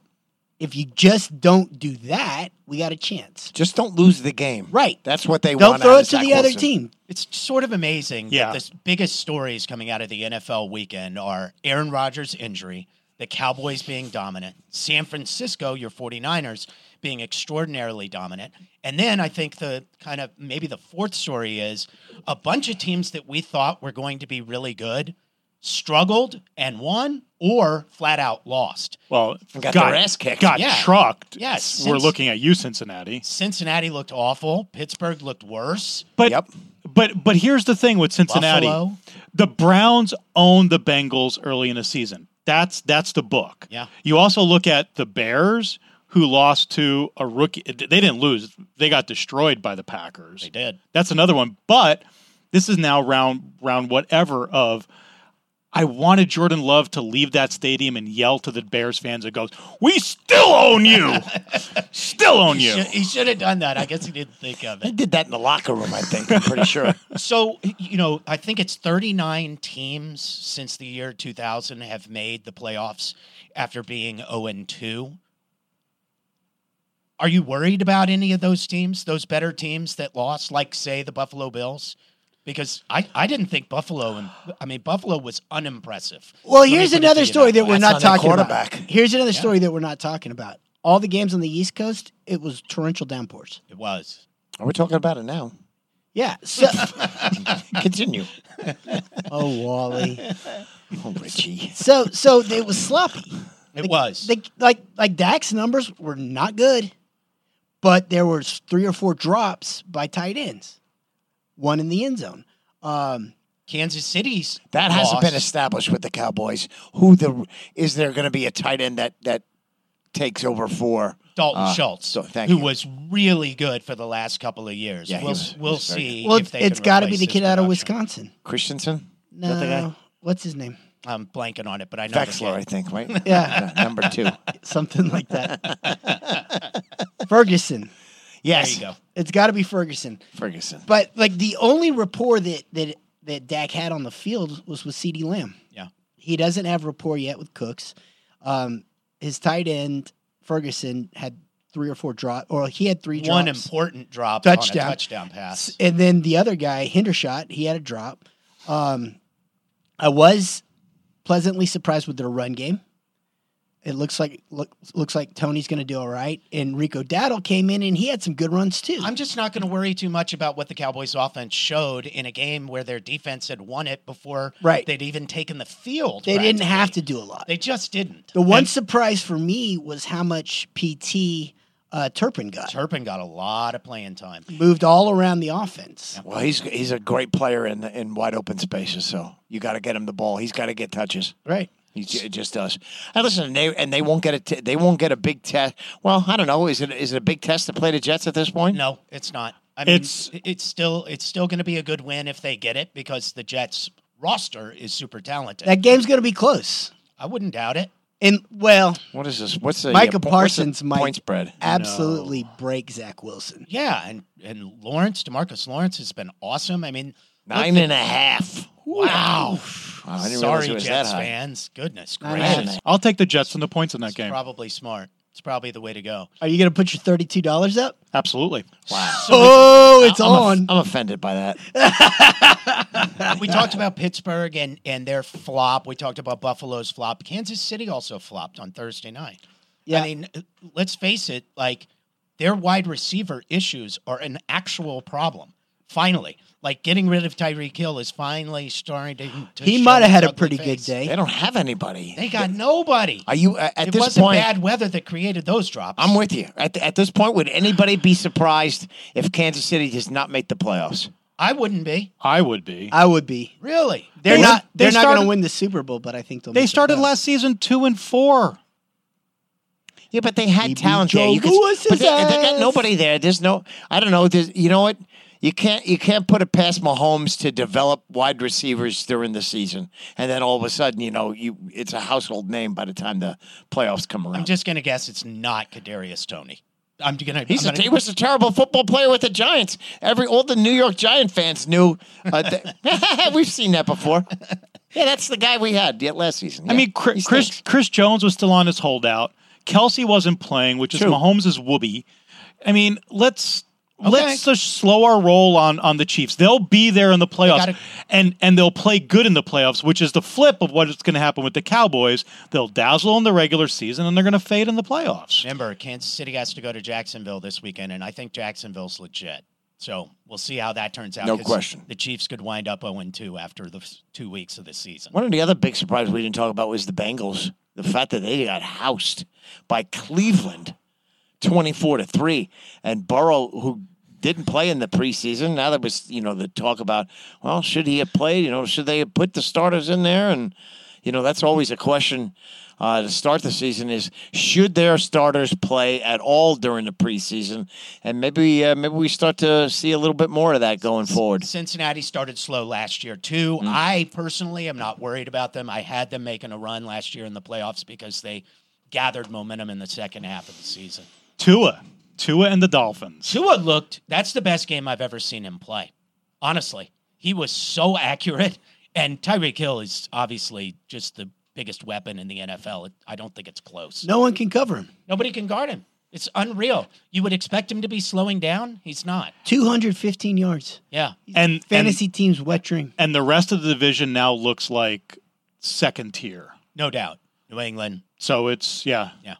Speaker 3: If you just don't do that, we got a chance.
Speaker 2: Just don't lose the game.
Speaker 3: Right.
Speaker 2: That's what they
Speaker 3: Don't
Speaker 2: want.
Speaker 3: throw
Speaker 2: out
Speaker 3: it
Speaker 2: of
Speaker 3: to
Speaker 2: Zach
Speaker 3: the other
Speaker 2: Wilson.
Speaker 3: team.
Speaker 1: It's sort of amazing
Speaker 4: Yeah.
Speaker 1: that the biggest stories coming out of the NFL weekend are Aaron Rodgers' injury, the Cowboys being dominant, San Francisco, your 49ers, being extraordinarily dominant. And then I think the kind of maybe the fourth story is a bunch of teams that we thought were going to be really good struggled and won or flat out lost.
Speaker 4: Well,
Speaker 2: Got their ass kicked.
Speaker 4: Got
Speaker 1: Yeah.
Speaker 4: trucked.
Speaker 1: Yes.
Speaker 4: We're
Speaker 1: Since-
Speaker 4: looking at you, Cincinnati.
Speaker 1: Cincinnati looked awful, Pittsburgh looked worse.
Speaker 4: But
Speaker 2: Yep.
Speaker 4: but but here's the thing with Cincinnati.
Speaker 1: Buffalo.
Speaker 4: The Browns own the Bengals early in the season. That's that's the book.
Speaker 1: Yeah.
Speaker 4: You also look at the Bears who lost to a rookie they didn't lose. They got destroyed by the Packers.
Speaker 1: They did.
Speaker 4: That's another one. But this is now round round whatever of I wanted Jordan Love to leave that stadium and yell to the Bears fans and goes, "We still own you. still own you."
Speaker 1: Should- he should have done that. I guess he didn't think of
Speaker 2: They
Speaker 1: it.
Speaker 2: did that in the locker room, I think. I'm pretty sure.
Speaker 1: So, you know, I think it's 39 teams since the year 2000 have made the playoffs after being 0 and 2. Are you worried about any of those teams, those better teams that lost, like, say, the Buffalo Bills? Because I, I didn't think Buffalo, and I mean, Buffalo was unimpressive.
Speaker 3: Well,
Speaker 1: Let me
Speaker 3: here's
Speaker 1: put it to
Speaker 3: another
Speaker 1: you
Speaker 3: story that
Speaker 1: way.
Speaker 3: we're
Speaker 2: That's
Speaker 3: not
Speaker 2: not their
Speaker 3: talking about.
Speaker 2: quarterback.
Speaker 3: Here's another story that we're not talking about. All the games on the East Coast, it was torrential downpours.
Speaker 1: It was.
Speaker 2: We're talking about it now.
Speaker 3: Yeah. So,
Speaker 2: Continue.
Speaker 3: oh, Wally.
Speaker 2: Oh, Richie.
Speaker 3: So, so it was sloppy.
Speaker 1: It was.
Speaker 3: They, like, like Dak's numbers were not good, but there were three or four drops by tight ends, one in the end zone. Um,
Speaker 1: Kansas City's
Speaker 2: That hasn't been
Speaker 1: loss-
Speaker 2: established with the Cowboys. Who the is there going to be a tight end that that takes over for?
Speaker 1: Dalton
Speaker 2: Uh,
Speaker 1: Schultz,
Speaker 2: so- thank
Speaker 1: who
Speaker 2: you.
Speaker 1: was really good for the last couple of years.
Speaker 2: Yeah, he
Speaker 1: we'll
Speaker 2: was- he
Speaker 1: we'll
Speaker 2: was very
Speaker 1: see.
Speaker 3: well,
Speaker 1: if
Speaker 3: it's,
Speaker 1: they
Speaker 3: it's
Speaker 1: can
Speaker 3: got to be
Speaker 1: replace
Speaker 3: the
Speaker 1: his
Speaker 3: kid out of
Speaker 1: production.
Speaker 3: Wisconsin.
Speaker 2: Christensen, that the guy?
Speaker 3: No, what's his name?
Speaker 1: I'm blanking on it, but I know the
Speaker 2: Vexler, I
Speaker 1: kid.
Speaker 2: think, right?
Speaker 3: Yeah.
Speaker 2: number two.
Speaker 3: Something like that. Ferguson.
Speaker 2: Yes.
Speaker 1: There you go.
Speaker 3: It's got to be Ferguson.
Speaker 2: Ferguson.
Speaker 3: But like the only rapport that that that Dak had on the field was with Ceedee Lamb.
Speaker 1: Yeah.
Speaker 3: He doesn't have rapport yet with Cooks. Um, his tight end Ferguson had three or four drop, or he had three drops.
Speaker 1: One important drop
Speaker 3: Touchdown.
Speaker 1: on a touchdown pass.
Speaker 3: S- And then the other guy, Hendershot, he had a drop. Um, I was pleasantly surprised with their run game. It looks like look, looks like Tony's going to do all right. And Rico Dattle came in and he had some good runs too.
Speaker 1: I'm just not going to worry too much about what the Cowboys offense showed in a game where their defense had won it before
Speaker 3: Right.
Speaker 1: they'd even taken the field.
Speaker 3: they didn't
Speaker 1: practically.
Speaker 3: have to do a lot.
Speaker 1: They just didn't.
Speaker 3: The one surprise for me was how much PT uh, Turpin got.
Speaker 1: Turpin got a lot of playing time.
Speaker 3: Moved all around the offense.
Speaker 2: Well, he's he's a great player in in wide open spaces. So you got to get him the ball. He's got to get touches.
Speaker 3: Right.
Speaker 2: He j- just does. And listen, and they and they won't get a t- they won't get a big test. Well, I don't know. Is it is it a big test to play the Jets at this point?
Speaker 1: No, it's not. I mean,
Speaker 4: It's-
Speaker 1: it's it's still it's still going to be a good win if they get it because the Jets roster is super talented.
Speaker 3: That game's going to be close.
Speaker 1: I wouldn't doubt it.
Speaker 3: And well,
Speaker 2: What is this? What's the
Speaker 3: Micah
Speaker 2: uh, po- what's the
Speaker 3: Parsons might-
Speaker 2: point spread?
Speaker 3: absolutely break Zach Wilson.
Speaker 1: Yeah, and and Lawrence, Demarcus Lawrence has been awesome. I mean, look
Speaker 2: Nine
Speaker 1: at-
Speaker 2: and a half.
Speaker 1: Wow.
Speaker 2: Wow, I didn't realize
Speaker 1: Sorry,
Speaker 2: it was
Speaker 1: Jets
Speaker 2: that high.
Speaker 1: fans. Goodness
Speaker 3: Nine and a half.
Speaker 1: gracious.
Speaker 4: I'll take the Jets and the points in that
Speaker 1: It's
Speaker 4: game.
Speaker 1: probably smart. It's probably the way to go.
Speaker 3: Are you going to put your thirty-two dollars up?
Speaker 4: Absolutely.
Speaker 2: Wow.
Speaker 3: Oh, it's
Speaker 2: I'm,
Speaker 3: on.
Speaker 2: off- I'm offended by that.
Speaker 1: we talked about Pittsburgh and and their flop. We talked about Buffalo's flop. Kansas City also flopped on Thursday night.
Speaker 3: Yeah.
Speaker 1: I mean, let's face it, like their wide receiver issues are an actual problem. Finally, like getting rid of Tyreek Hill is finally starting to. to
Speaker 3: he
Speaker 1: show
Speaker 3: might have
Speaker 1: its
Speaker 3: had a
Speaker 1: ugly
Speaker 3: pretty
Speaker 1: face.
Speaker 3: good day.
Speaker 2: They don't have anybody.
Speaker 1: They got nobody.
Speaker 2: Are you uh, at
Speaker 1: it
Speaker 2: this
Speaker 1: wasn't
Speaker 2: point?
Speaker 1: bad weather that created those drops.
Speaker 2: I'm with you. At, at this point, would anybody be surprised if Kansas City does not make the playoffs?
Speaker 1: I wouldn't be
Speaker 4: I would be.
Speaker 3: I would be.
Speaker 1: really.
Speaker 3: They're
Speaker 4: They-
Speaker 3: not.
Speaker 4: they
Speaker 3: They're not going
Speaker 4: started-
Speaker 3: to win the Super Bowl, but I think they'll.
Speaker 4: They
Speaker 3: make the
Speaker 4: started
Speaker 3: playoffs.
Speaker 4: last season two and four.
Speaker 2: Yeah, but they had
Speaker 3: Maybe
Speaker 2: talent
Speaker 3: Joe
Speaker 2: there. You could-
Speaker 3: Louis
Speaker 2: but
Speaker 3: is
Speaker 2: they, they got
Speaker 3: ass.
Speaker 2: nobody there. There's no. I don't know. There's, you know what? You can't. You can't put it past Mahomes to develop wide receivers during the season, and then all of a sudden, you know, you it's a household name by the time the playoffs come around.
Speaker 1: I'm just gonna guess it's not Kadarius Tony. I'm gonna.
Speaker 2: He's
Speaker 1: I'm
Speaker 2: a,
Speaker 1: gonna-
Speaker 2: he was a terrible football player with the Giants. Every all the New York Giant fans knew. Uh, that- we've seen that before. Yeah, that's the guy we had yet last season.
Speaker 4: I
Speaker 2: Yeah,
Speaker 4: mean, Chri-
Speaker 2: he
Speaker 4: Chris
Speaker 2: stinks.
Speaker 4: Chris Jones was still on his holdout. Kelsey wasn't playing, which
Speaker 2: True.
Speaker 4: is Mahomes' whoopee. I mean, let's let's just slow our roll on on the Chiefs. They'll be there in the playoffs,
Speaker 1: gotta-
Speaker 4: and and they'll play good in the playoffs, which is the flip of what is going to happen with the Cowboys. They'll dazzle in the regular season, and they're going to fade in the playoffs.
Speaker 1: Remember, Kansas City has to go to Jacksonville this weekend, and I think Jacksonville's legit. So we'll see how that turns out.
Speaker 2: No
Speaker 1: 'cause
Speaker 2: question.
Speaker 1: The Chiefs could wind up 0 2 after the f- two weeks of the season.
Speaker 2: One of the other big surprises we didn't talk about was the Bengals. The fact that they got housed by Cleveland, twenty-four to three, and Burrow, who didn't play in the preseason. Now there was, you know, the talk about, well, should he have played? You know, should they have put the starters in there? And you know, that's always a question uh, to start the season: is should their starters play at all during the preseason? And maybe, uh, maybe we start to see a little bit more of that going forward.
Speaker 1: Cincinnati started slow last year, too.
Speaker 2: Mm-hmm.
Speaker 1: I personally am not worried about them. I had them making a run last year in the playoffs because they gathered momentum in the second half of the season.
Speaker 4: Tua, Tua, and the Dolphins.
Speaker 1: Tua looked, that's the best game I've ever seen him play. Honestly, he was so accurate. And Tyreek Hill is obviously just the biggest weapon in the NFL. I don't think it's close.
Speaker 3: No one can cover him.
Speaker 1: Nobody can guard him. It's unreal. You would expect him to be slowing down. He's not.
Speaker 3: Two hundred fifteen yards.
Speaker 1: Yeah.
Speaker 4: And
Speaker 3: Fantasy team's wet dream.
Speaker 4: and, and the rest of the division now looks like second tier.
Speaker 1: No doubt. New England.
Speaker 4: So it's yeah,
Speaker 1: Yeah.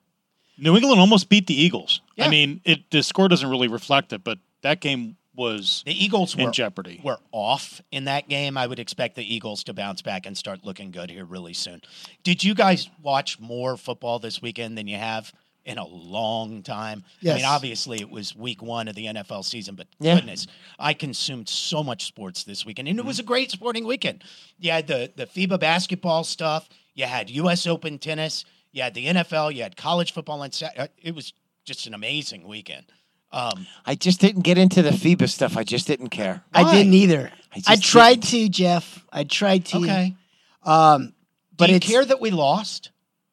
Speaker 4: New England almost beat the Eagles.
Speaker 1: Yeah.
Speaker 4: I mean, it the score doesn't really reflect it, but that game was
Speaker 1: The Eagles
Speaker 4: in
Speaker 1: were,
Speaker 4: jeopardy.
Speaker 1: were off in that game. I would expect the Eagles to bounce back and start looking good here really soon. Did you guys watch more football this weekend than you have in a long time? I
Speaker 3: Yes.
Speaker 1: mean, obviously it was week one of the NFL season, but
Speaker 2: Yeah.
Speaker 1: goodness, I consumed so much sports this weekend. And it was a great sporting weekend. You had the, the FIBA basketball stuff, you had US Open tennis, you had the NFL, you had college football on Saturday. It was just an amazing weekend. Um,
Speaker 2: I just didn't get into the FIBA stuff. I just didn't care.
Speaker 1: Why?
Speaker 3: I didn't either.
Speaker 2: I
Speaker 3: I,
Speaker 2: just
Speaker 3: tried to, Jeff. I tried to.
Speaker 1: okay.
Speaker 3: Um,
Speaker 1: But
Speaker 3: but
Speaker 1: Do you
Speaker 3: it's
Speaker 1: care that we lost?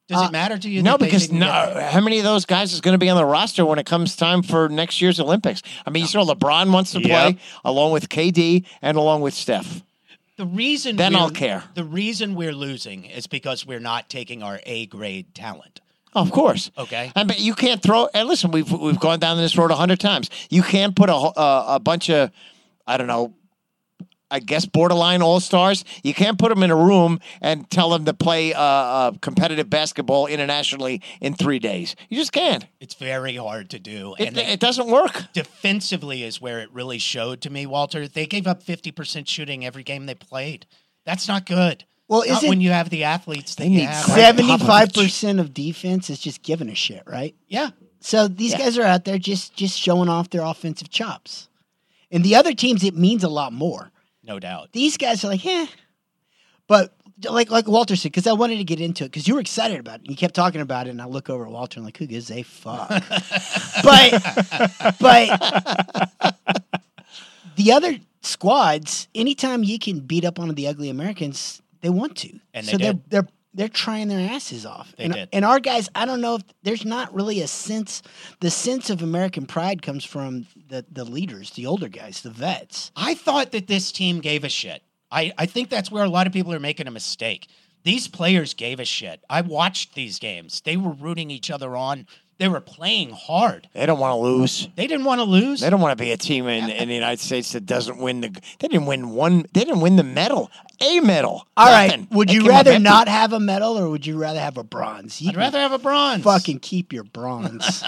Speaker 1: Does
Speaker 3: Uh,
Speaker 1: it matter to you?
Speaker 2: No,
Speaker 1: that they
Speaker 2: because
Speaker 1: didn't
Speaker 2: no,
Speaker 1: get-
Speaker 2: how many of those guys is going to be on the roster when it comes time for next year's Olympics? I mean, you saw LeBron wants to
Speaker 4: Yep.
Speaker 2: play along with KD and along with Steph.
Speaker 1: the reason
Speaker 2: Then
Speaker 1: we're-
Speaker 2: I'll care.
Speaker 1: The reason we're losing is because we're not taking our A grade talent.
Speaker 2: Oh, Of course.
Speaker 1: Okay.
Speaker 2: I mean, you can't throw. And listen, we've we've gone down this road a hundred times. You can't put a ho- uh, a bunch of, I don't know, I guess borderline all stars. You can't put them in a room and tell them to play uh, uh, competitive basketball internationally in three days. You just can't.
Speaker 1: It's very hard to do,
Speaker 2: It,
Speaker 1: and they-
Speaker 2: it doesn't work.
Speaker 1: defensively is where it really showed to me, Walter. They gave up fifty percent shooting every game they played. That's not good.
Speaker 3: Well,
Speaker 1: not
Speaker 3: isn't-
Speaker 1: when you have the athletes that
Speaker 2: They
Speaker 1: you
Speaker 2: need
Speaker 1: have.
Speaker 2: Greg
Speaker 3: Seventy-five percent of defense is just giving a shit, right?
Speaker 1: Yeah,
Speaker 3: So these guys are out there just just showing off their offensive chops, and the other teams it means a lot more.
Speaker 1: no doubt.
Speaker 3: These guys are like, eh, but like like Walter said, because I wanted to get into it because you were excited about it. You kept talking about it, and I look over at Walter and I'm like, who gives a fuck? but but the other squads, anytime you can beat up on the ugly Americans, they want to,
Speaker 1: And they
Speaker 3: so
Speaker 1: did.
Speaker 3: they're they're they're trying their asses off.
Speaker 1: They
Speaker 3: and,
Speaker 1: did.
Speaker 3: and our guys, I don't know if there's not really a sense. The sense of American pride comes from the the leaders, the older guys, the vets.
Speaker 1: I thought that this team gave a shit. I, I think that's where a lot of people are making a mistake. These players gave a shit. I watched these games. They were rooting each other on. They were playing hard.
Speaker 2: They don't want to lose.
Speaker 1: They didn't want to lose.
Speaker 2: They don't want to be a team in, in the United States that doesn't win the. They didn't win one. They didn't win the medal. A medal.
Speaker 3: All right,
Speaker 2: Nothing.
Speaker 3: would
Speaker 2: They
Speaker 3: you
Speaker 2: came up
Speaker 3: rather
Speaker 2: empty.
Speaker 3: not have a medal or would you rather have a bronze? You
Speaker 1: I'd rather have a bronze.
Speaker 3: fucking keep your bronze.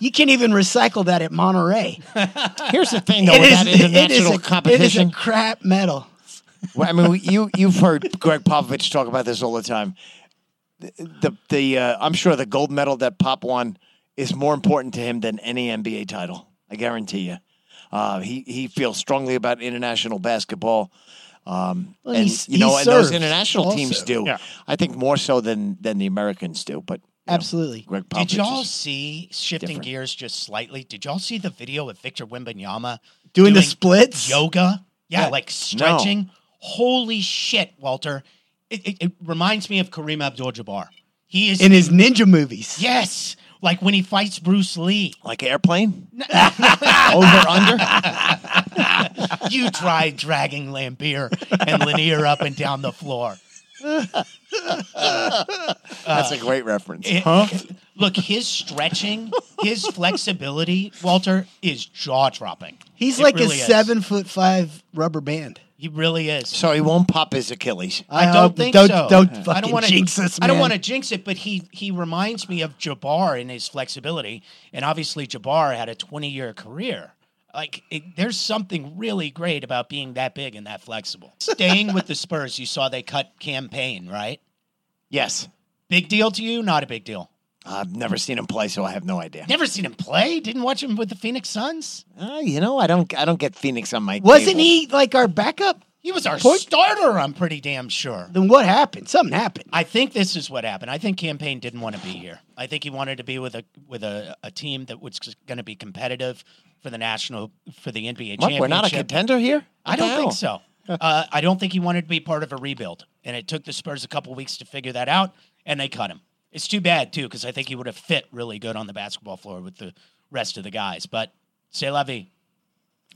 Speaker 3: you can't even recycle that at Monterey.
Speaker 1: Oh,
Speaker 2: Here's the thing, though, with that international
Speaker 3: It is a
Speaker 2: competition.
Speaker 3: crap medal.
Speaker 2: Well, I mean, we- you you've heard Greg Popovich talk about this all the time. The the, the uh, I'm sure the gold medal that Pop won is more important to him than any NBA title. I guarantee you. Uh, he he feels strongly about international basketball. Um,
Speaker 3: Well,
Speaker 2: and
Speaker 3: he's-
Speaker 2: you know,
Speaker 3: he
Speaker 2: and those
Speaker 3: serves
Speaker 2: international
Speaker 3: also.
Speaker 2: teams do.
Speaker 4: Yeah.
Speaker 2: I think more so than than the Americans do. But you know,
Speaker 3: Absolutely.
Speaker 2: Greg Popovich.
Speaker 1: Did y'all
Speaker 2: is-
Speaker 1: see shifting
Speaker 2: different.
Speaker 1: gears just slightly? Did y'all see the video of Victor Wimbanyama
Speaker 3: Doing the splits?
Speaker 1: yoga? Yeah, like stretching. Holy shit, Walter! It, it, it reminds me of Kareem Abdul-Jabbar. He is
Speaker 3: In his ninja movies.
Speaker 1: yes, like when he fights Bruce Lee.
Speaker 2: like airplane over under.
Speaker 1: you tried dragging Lambeer and Lanier up and down the floor.
Speaker 2: That's a great reference.
Speaker 1: It-
Speaker 4: Huh?
Speaker 1: Look, his stretching, his flexibility, Walter, is jaw dropping.
Speaker 3: He's like a
Speaker 1: seven.
Speaker 3: seven foot five rubber band.
Speaker 1: He really is.
Speaker 2: so he won't pop his Achilles.
Speaker 1: I, don't
Speaker 3: hope-
Speaker 1: think
Speaker 3: uh, don't,
Speaker 1: so.
Speaker 3: Don't
Speaker 1: I
Speaker 3: fucking
Speaker 1: wanna-
Speaker 3: jinx this,
Speaker 1: I don't
Speaker 3: man.
Speaker 1: want to jinx it, but he he reminds me of Jabbar in his flexibility, and obviously Jabbar had a twenty year career. Like it, there's something really great about being that big and that flexible. Staying with the Spurs, you saw they cut campaign, right?
Speaker 2: Yes.
Speaker 1: Big deal to you? Not a big deal.
Speaker 2: I've never seen him play, so I have no idea.
Speaker 1: Never seen him play. Didn't watch him with the Phoenix Suns.
Speaker 2: Uh, you know, I don't. I don't get Phoenix on my.
Speaker 3: Wasn't
Speaker 2: cable.
Speaker 3: he like our backup?
Speaker 1: He was our
Speaker 3: Point-
Speaker 1: starter. I'm pretty damn sure.
Speaker 3: Then what happened? Something happened.
Speaker 1: I think this is what happened. I think campaign didn't want to be here. I think he wanted to be with a with a, a team that was going to be competitive for the national for the NBA
Speaker 2: What,
Speaker 1: championship.
Speaker 2: we're not a contender here.
Speaker 1: I
Speaker 2: What the
Speaker 1: don't think
Speaker 2: hell?
Speaker 1: so. Uh, I don't think he wanted to be part of a rebuild, and it took the Spurs a couple weeks to figure that out, and they cut him. It's too bad too because I think he would have fit really good on the basketball floor with the rest of the guys. But say la vie.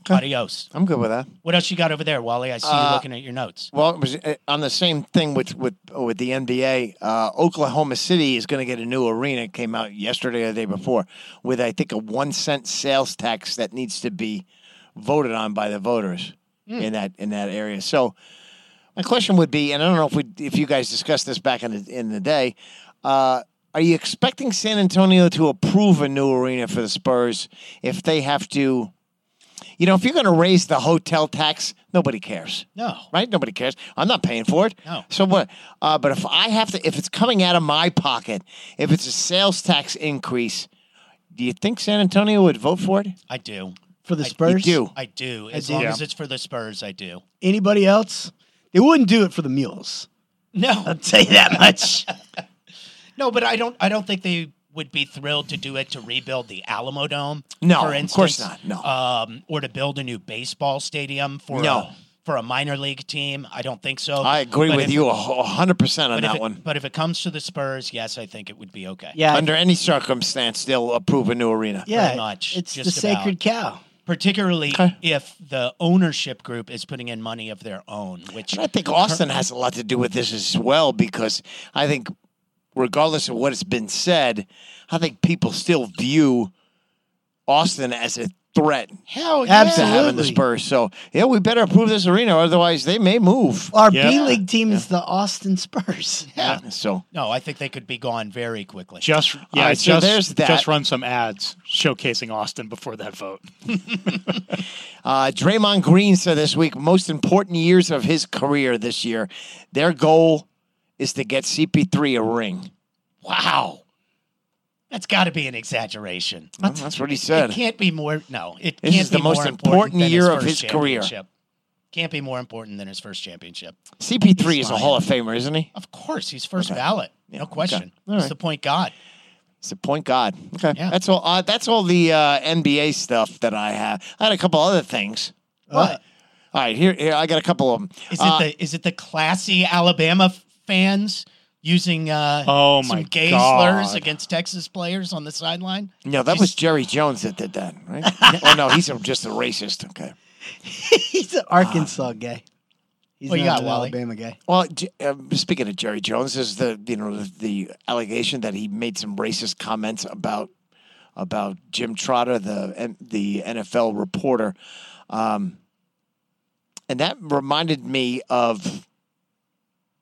Speaker 1: Adios.
Speaker 2: I'm good with that.
Speaker 1: What else you got over there, Wally? I see
Speaker 2: Uh,
Speaker 1: you looking at your notes.
Speaker 2: Well, it was uh, on the same thing with with with the NBA. Uh, Oklahoma City is going to get a new arena. It came out yesterday or the day before with I think a one cent sales tax that needs to be voted on by the voters in that in that area. So my question would be, and I don't know if we if you guys discussed this back in the in the day. Uh, are you expecting San Antonio to approve a new arena for the Spurs if they have to? You know, if you're going to raise the hotel tax, nobody cares
Speaker 1: No.
Speaker 2: right? Nobody cares. I'm not paying for it.
Speaker 1: No.
Speaker 2: So what? Uh, but if I have to, if it's coming out of my pocket, if it's a sales tax increase, do you think San Antonio would vote for it?
Speaker 1: I do.
Speaker 3: For the
Speaker 1: I- you
Speaker 3: Spurs?
Speaker 2: do.
Speaker 1: I do. As
Speaker 3: do.
Speaker 1: long
Speaker 4: Yeah.
Speaker 1: as it's for the Spurs, I do.
Speaker 3: Anybody else? They wouldn't do it for the mules.
Speaker 1: No,
Speaker 3: I'll tell you that much.
Speaker 1: no, but I don't. I don't think they would be thrilled to do it to rebuild the Alamo Dome.
Speaker 2: No,
Speaker 1: for
Speaker 2: of
Speaker 1: instance,
Speaker 2: course not. No.
Speaker 1: um, or to build a new baseball stadium for
Speaker 2: No.
Speaker 1: a, for a minor league team. I don't think so.
Speaker 2: I agree
Speaker 1: But
Speaker 2: with
Speaker 1: if-
Speaker 2: you you 100% on
Speaker 1: But if,
Speaker 2: that
Speaker 1: it,
Speaker 2: one.
Speaker 1: but if it comes to the Spurs, yes, I think it would be okay.
Speaker 3: Yeah.
Speaker 2: Under any circumstance, they'll approve a new arena.
Speaker 3: yeah.
Speaker 1: pretty much,
Speaker 3: It's
Speaker 1: just
Speaker 3: the sacred cow.
Speaker 1: Particularly
Speaker 2: Okay.
Speaker 1: if the ownership group is putting in money of their own, which
Speaker 2: And I think Austin has a lot to do with this as well because I think, regardless of what has been said, I think people still view Austin as a threat
Speaker 3: Hell
Speaker 2: to having the Spurs. So, yeah, we better approve this arena, otherwise, they may move.
Speaker 3: Our
Speaker 4: Yeah.
Speaker 3: B League team is the Austin Spurs.
Speaker 2: Yeah. So,
Speaker 1: no, I think they could be gone very quickly.
Speaker 4: Just yeah,
Speaker 2: right,
Speaker 4: just
Speaker 2: so there's that.
Speaker 4: just run some ads showcasing Austin before that vote.
Speaker 2: Uh, Draymond Green said this week, most important years of his career this year. Their goal is to get CP3 a ring.
Speaker 1: Wow, that's got to be an exaggeration.
Speaker 2: Well, that's what he
Speaker 1: It
Speaker 2: said.
Speaker 1: can't be more. No, it
Speaker 2: This
Speaker 1: can't
Speaker 2: is
Speaker 1: be
Speaker 2: the most
Speaker 1: more
Speaker 2: important
Speaker 1: than
Speaker 2: year
Speaker 1: his
Speaker 2: of
Speaker 1: first
Speaker 2: his career.
Speaker 1: championship. Can't be more important than his first championship.
Speaker 2: CP3
Speaker 1: He's
Speaker 2: is a
Speaker 1: lying.
Speaker 2: Hall of Famer, isn't he?
Speaker 1: Of course, he's first
Speaker 2: Okay.
Speaker 1: ballot.
Speaker 2: Yeah,
Speaker 1: No
Speaker 2: okay.
Speaker 1: question.
Speaker 2: All
Speaker 1: He's
Speaker 2: right.
Speaker 1: the point guard.
Speaker 2: It's a point guard. Okay,
Speaker 1: Yeah.
Speaker 2: that's all. Uh, that's all the uh, NBA stuff that I have. I had a couple other things.
Speaker 1: What?
Speaker 2: All right, here, here I got a couple of them.
Speaker 1: Is
Speaker 2: Uh,
Speaker 1: it the is it the classy Alabama f- fans using uh,
Speaker 4: Oh,
Speaker 1: some
Speaker 4: my
Speaker 1: gay
Speaker 4: God.
Speaker 1: slurs against Texas players on the sideline?
Speaker 2: no, that was Jerry Jones that did that, right? oh no, he's a, just a racist. Okay.
Speaker 3: He's an
Speaker 2: Ah.
Speaker 3: Arkansas guy. He's
Speaker 1: What you
Speaker 3: not
Speaker 1: got,
Speaker 3: an
Speaker 1: Wally?
Speaker 3: Alabama guy.
Speaker 2: Well, J- uh, speaking of Jerry Jones, is the you know the, the allegation that he made some racist comments about about Jim Trotter, the N- the NFL reporter, um, and that reminded me of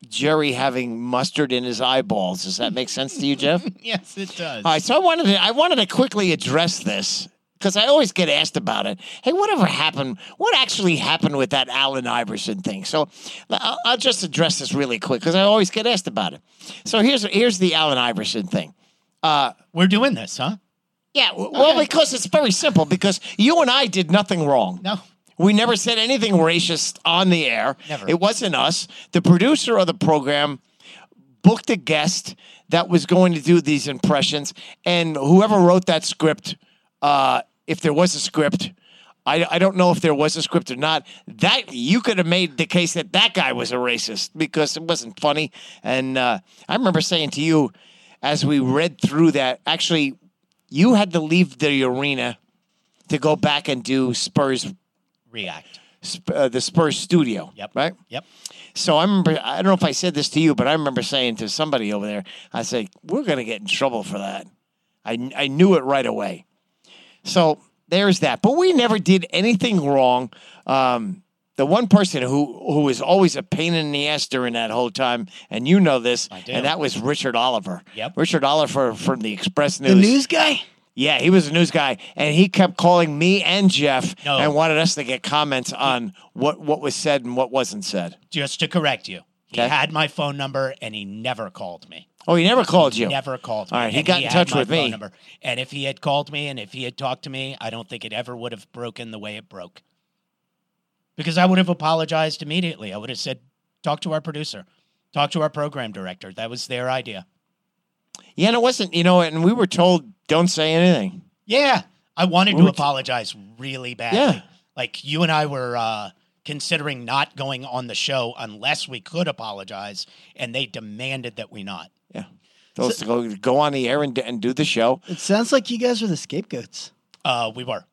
Speaker 2: Jerry having mustard in his eyeballs. Does that make sense to you, Jeff?
Speaker 1: yes, it does.
Speaker 2: All right, so I wanted to, I wanted to quickly address this because I always get asked about it. Hey, whatever happened? What actually happened with that Allen Iverson thing? So I'll, I'll just address this really quick because I always get asked about it. So here's here's the Allen Iverson thing. Uh,
Speaker 1: We're doing this, huh?
Speaker 2: yeah, w- well, because it's very simple. Because you and I did nothing wrong.
Speaker 1: No.
Speaker 2: We never said anything racist on the air.
Speaker 1: Never.
Speaker 2: It wasn't us. The producer of the program booked a guest that was going to do these impressions, and whoever wrote that script, uh, if there was a script, I, I don't know if there was a script or not. That you could have made the case that that guy was a racist because it wasn't funny. And uh, I remember saying to you as we read through that, actually, you had to leave the arena to go back and do Spurs
Speaker 1: React.
Speaker 2: Sp- uh, the Spurs studio.
Speaker 1: Yep.
Speaker 2: Right.
Speaker 1: Yep.
Speaker 2: So I remember. I don't know if I said this to you, but I remember saying to somebody over there, I said, "We're going to get in trouble for that." I kn- I knew it right away. So there's that. But we never did anything wrong. Um, the one person who who was always a pain in the ass during that whole time, and you know this,
Speaker 1: I do.
Speaker 2: and that was Richard Oliver.
Speaker 1: Yep.
Speaker 2: Richard Oliver from the Express News.
Speaker 3: The news guy?
Speaker 2: Yeah, he was a news guy, and he kept calling me and Jeff
Speaker 1: No.
Speaker 2: and wanted us to get comments on what, what was said and what wasn't said.
Speaker 1: Just to correct you, he
Speaker 2: Okay.
Speaker 1: had my phone number and he never called me.
Speaker 2: Oh, he never called you.
Speaker 1: Never called me.
Speaker 2: All right, he
Speaker 1: and
Speaker 2: got in
Speaker 1: had
Speaker 2: touch
Speaker 1: my
Speaker 2: with
Speaker 1: phone
Speaker 2: me.
Speaker 1: Number. And if he had called me and if he had talked to me, I don't think it ever would have broken the way it broke. Because I would have apologized immediately. I would have said, talk to our producer, talk to our program director. That was their idea.
Speaker 2: Yeah, and it wasn't, you know, and we were told don't say anything.
Speaker 1: Yeah. I wanted
Speaker 2: We
Speaker 1: to
Speaker 2: were-
Speaker 1: apologize really badly.
Speaker 2: Yeah.
Speaker 1: Like you and I were uh, considering not going on the show unless we could apologize, and they demanded that we not.
Speaker 2: Told us to go, go on the air and, and do the show.
Speaker 3: It sounds like you guys are the scapegoats.
Speaker 1: Uh, we were.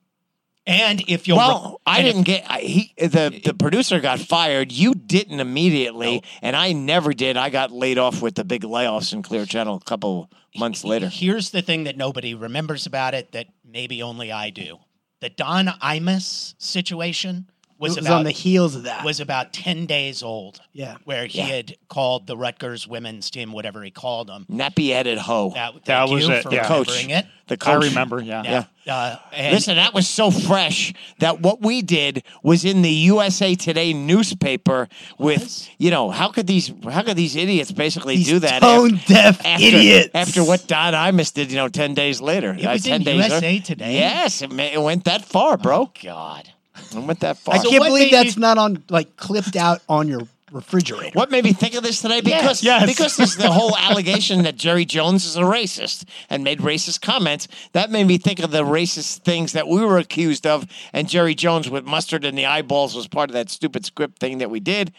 Speaker 1: And if you'll
Speaker 2: well, I
Speaker 1: and if-
Speaker 2: didn't get I, he the the producer got fired. You didn't immediately,
Speaker 1: No.
Speaker 2: and I never did. I got laid off with the big layoffs in Clear Channel a couple months later.
Speaker 1: Here's the thing that nobody remembers about it that maybe only I do. The Don Imus situation was,
Speaker 3: it was
Speaker 1: about
Speaker 3: on the heels of that.
Speaker 1: was about 10 days old
Speaker 3: yeah.
Speaker 1: where he
Speaker 2: Yeah.
Speaker 1: had called the Rutgers women's team whatever he called them.
Speaker 2: Nappy headed hoe.
Speaker 1: That, thank
Speaker 4: That was
Speaker 1: you
Speaker 4: it,
Speaker 1: for
Speaker 4: yeah.
Speaker 2: Coach.
Speaker 1: remembering it.
Speaker 2: The coach.
Speaker 4: I remember. Yeah.
Speaker 1: Yeah. Uh, and
Speaker 2: Listen, that was so fresh that what we did was in the USA Today newspaper with
Speaker 1: Was?
Speaker 2: you know how could these how could these idiots basically
Speaker 3: These
Speaker 2: do that
Speaker 3: tone deaf
Speaker 2: after,
Speaker 3: idiots.
Speaker 2: after what Don Imus did you know ten days later
Speaker 1: it was
Speaker 2: Uh, 10
Speaker 1: in
Speaker 2: days
Speaker 1: USA
Speaker 2: later.
Speaker 1: Today. Oh,
Speaker 2: yes it, ma- it went that far bro
Speaker 1: God.
Speaker 2: it went that far
Speaker 3: I
Speaker 1: So
Speaker 3: can't
Speaker 1: what
Speaker 3: believe
Speaker 1: they
Speaker 3: that's
Speaker 1: do-
Speaker 3: not on like clipped out on your refrigerator.
Speaker 2: What made me think of this today? Because
Speaker 4: Yes.
Speaker 2: because there's the whole allegation that Jerry Jones is a racist and made racist comments. That made me think of the racist things that we were accused of, and Jerry Jones with mustard in the eyeballs was part of that stupid script thing that we did,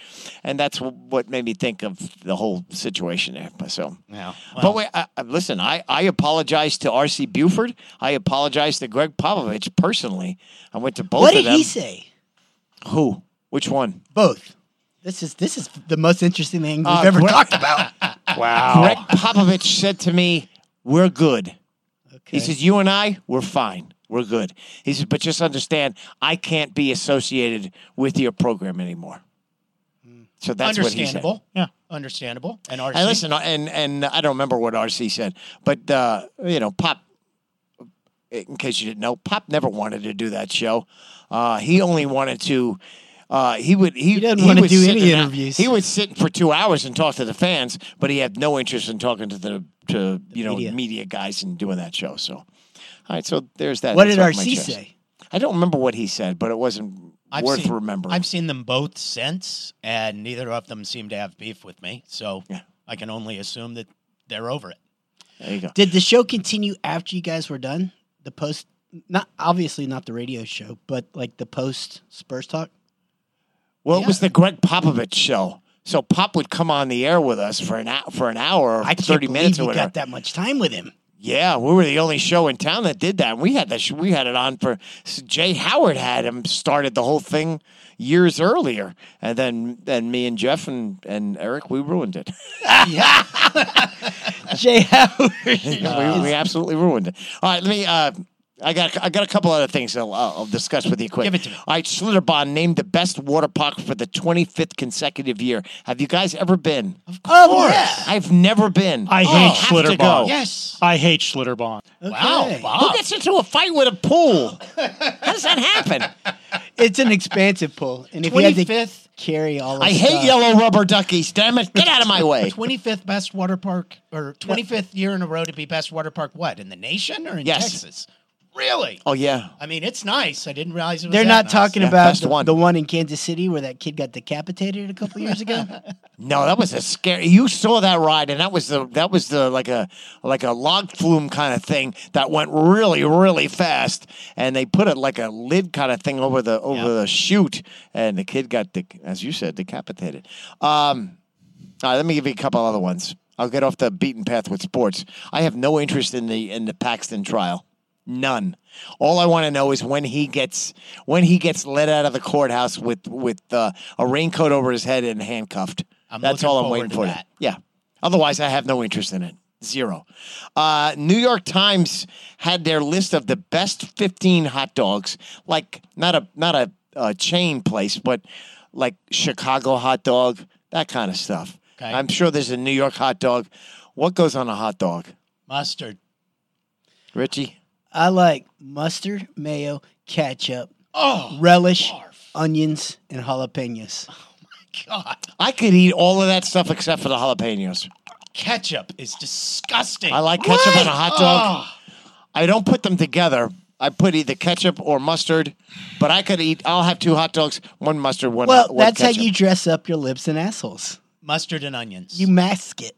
Speaker 2: and that's wh- what made me think of the whole situation there. So.
Speaker 1: Yeah.
Speaker 2: but wait, I, I- listen, I, I apologize to R.C. Buford. I apologize to Greg Popovich personally. I went to both
Speaker 3: What
Speaker 2: of
Speaker 3: did
Speaker 2: them.
Speaker 3: he say?
Speaker 2: Who? Which one?
Speaker 3: Both. This is this is the most interesting thing we've
Speaker 2: Uh,
Speaker 3: ever
Speaker 2: Greg-
Speaker 3: talked about.
Speaker 4: Oh.
Speaker 2: Greg Popovich said to me, "We're good." He
Speaker 3: Okay.
Speaker 2: says, "You and I, we're fine. We're good." He says, "But just understand, I can't be associated with your program anymore." So that's what he said.
Speaker 1: Understandable.
Speaker 4: Yeah.
Speaker 1: Understandable. And RC.
Speaker 2: And listen, and and I don't remember what RC said, but uh, you know, Pop. eh, In case you didn't know, Pop never wanted to do that show. Uh, he only wanted to. Uh, he would. He,
Speaker 3: He doesn't
Speaker 2: he
Speaker 3: wanna
Speaker 2: would
Speaker 3: do
Speaker 2: sit
Speaker 3: any
Speaker 2: and-
Speaker 3: interviews.
Speaker 2: He would sit for two hours and talk to the fans, but he had no interest in talking to the to you know
Speaker 3: media.
Speaker 2: media guys and doing that show. So, all right. So there's that.
Speaker 3: what
Speaker 2: That's
Speaker 3: did
Speaker 2: off my
Speaker 3: RC
Speaker 2: chest.
Speaker 3: say?
Speaker 2: I don't remember what he said, but it wasn't
Speaker 1: I've
Speaker 2: worth
Speaker 1: seen-
Speaker 2: remembering.
Speaker 1: I've seen them both since, and neither of them seem to have beef with me. So
Speaker 2: Yeah.
Speaker 1: I can only assume that they're over it.
Speaker 2: there you go.
Speaker 3: Did the show continue after you guys were done? The post, not obviously not the radio show, but like the post Spurs talk.
Speaker 2: Well,
Speaker 1: Yeah.
Speaker 2: it was the Greg Popovich show. So Pop would come on the air with us for an hour, for an hour or
Speaker 3: I can't
Speaker 2: thirty
Speaker 3: believe
Speaker 2: minutes or
Speaker 3: you
Speaker 2: whatever.
Speaker 3: got that much time with him.
Speaker 2: Yeah, we were the only show in town that did that. We had that. Sh- we had it on for s- Jay Howard had him started the whole thing years earlier, and then then me and Jeff and, and Eric we ruined it.
Speaker 3: Jay Howard.
Speaker 2: we, we absolutely ruined it. All right, let me. Uh, I got I got a couple other things I'll, I'll I'll discuss with you quick.
Speaker 1: Give it to me.
Speaker 2: All right, Schlitterbahn named the best water park for the 25th consecutive year. Have you guys ever been?
Speaker 3: Oh yeah.
Speaker 2: I've never been.
Speaker 4: I
Speaker 2: Oh,
Speaker 4: hate
Speaker 2: have to
Speaker 4: Schlitterbahn.
Speaker 2: go.
Speaker 1: Yes.
Speaker 4: I hate Schlitterbahn.
Speaker 1: Wow,
Speaker 3: Okay.
Speaker 2: Who
Speaker 1: Bob.
Speaker 2: gets into a fight with a pool? How does that happen?
Speaker 3: It's an expansive pool, and if you had to
Speaker 1: 25th,
Speaker 3: carry all, the
Speaker 2: I hate
Speaker 3: stuff-
Speaker 2: yellow rubber duckies. Damn it! Get out of my way.
Speaker 1: 25th best water park, or 25th year in a row to be best water park, what, in the nation or in
Speaker 2: Yes.
Speaker 1: Texas? Really?
Speaker 2: Oh yeah.
Speaker 1: I mean, it's nice. I didn't realize it was
Speaker 3: They're
Speaker 1: that
Speaker 3: not
Speaker 1: nice.
Speaker 3: talking
Speaker 2: Yeah,
Speaker 3: about
Speaker 2: best
Speaker 3: the
Speaker 2: one.
Speaker 3: the one in Kansas City where that kid got decapitated a couple years ago.
Speaker 2: No, that was a scary. You saw that ride, and that was the that was the like a like a log flume kind of thing that went really really fast, and they put it like a lid kind of thing over the over the chute, and the kid got dec- as you said decapitated. Um, all right, let me give you a couple other ones. I'll get off the beaten path with sports. I have no interest in the in the Paxton trial. None. All I want to know is when he gets when he gets let out of the courthouse with with uh, a raincoat over his head and handcuffed.
Speaker 1: I'm
Speaker 2: That's
Speaker 1: looking
Speaker 2: all I'm
Speaker 1: forward
Speaker 2: waiting
Speaker 1: to
Speaker 2: for.
Speaker 1: that.
Speaker 2: Yeah. Otherwise, I have no interest in it. Zero. Uh, New York Times had their list of the best 15 hot dogs. Like not a not a, a chain place, but like Chicago hot dog, that kind of stuff.
Speaker 1: Okay.
Speaker 2: I'm sure there's a New York hot dog. What goes on a hot dog,
Speaker 1: Mustard.
Speaker 2: Richie?
Speaker 3: I like mustard, mayo, ketchup,
Speaker 1: Oh,
Speaker 3: relish,
Speaker 1: barf.
Speaker 3: onions, and jalapenos.
Speaker 1: God.
Speaker 2: I could eat all of that stuff except for the jalapenos.
Speaker 1: Ketchup is disgusting.
Speaker 2: I like ketchup on a hot dog.
Speaker 3: Oh.
Speaker 2: I don't put them together. I put either ketchup or mustard, but I could eat. I'll have two hot dogs, one mustard, one.
Speaker 3: Well,
Speaker 2: one
Speaker 3: that's
Speaker 2: ketchup.
Speaker 3: how you dress up your lips and assholes.
Speaker 1: Mustard and onions.
Speaker 3: You mask it.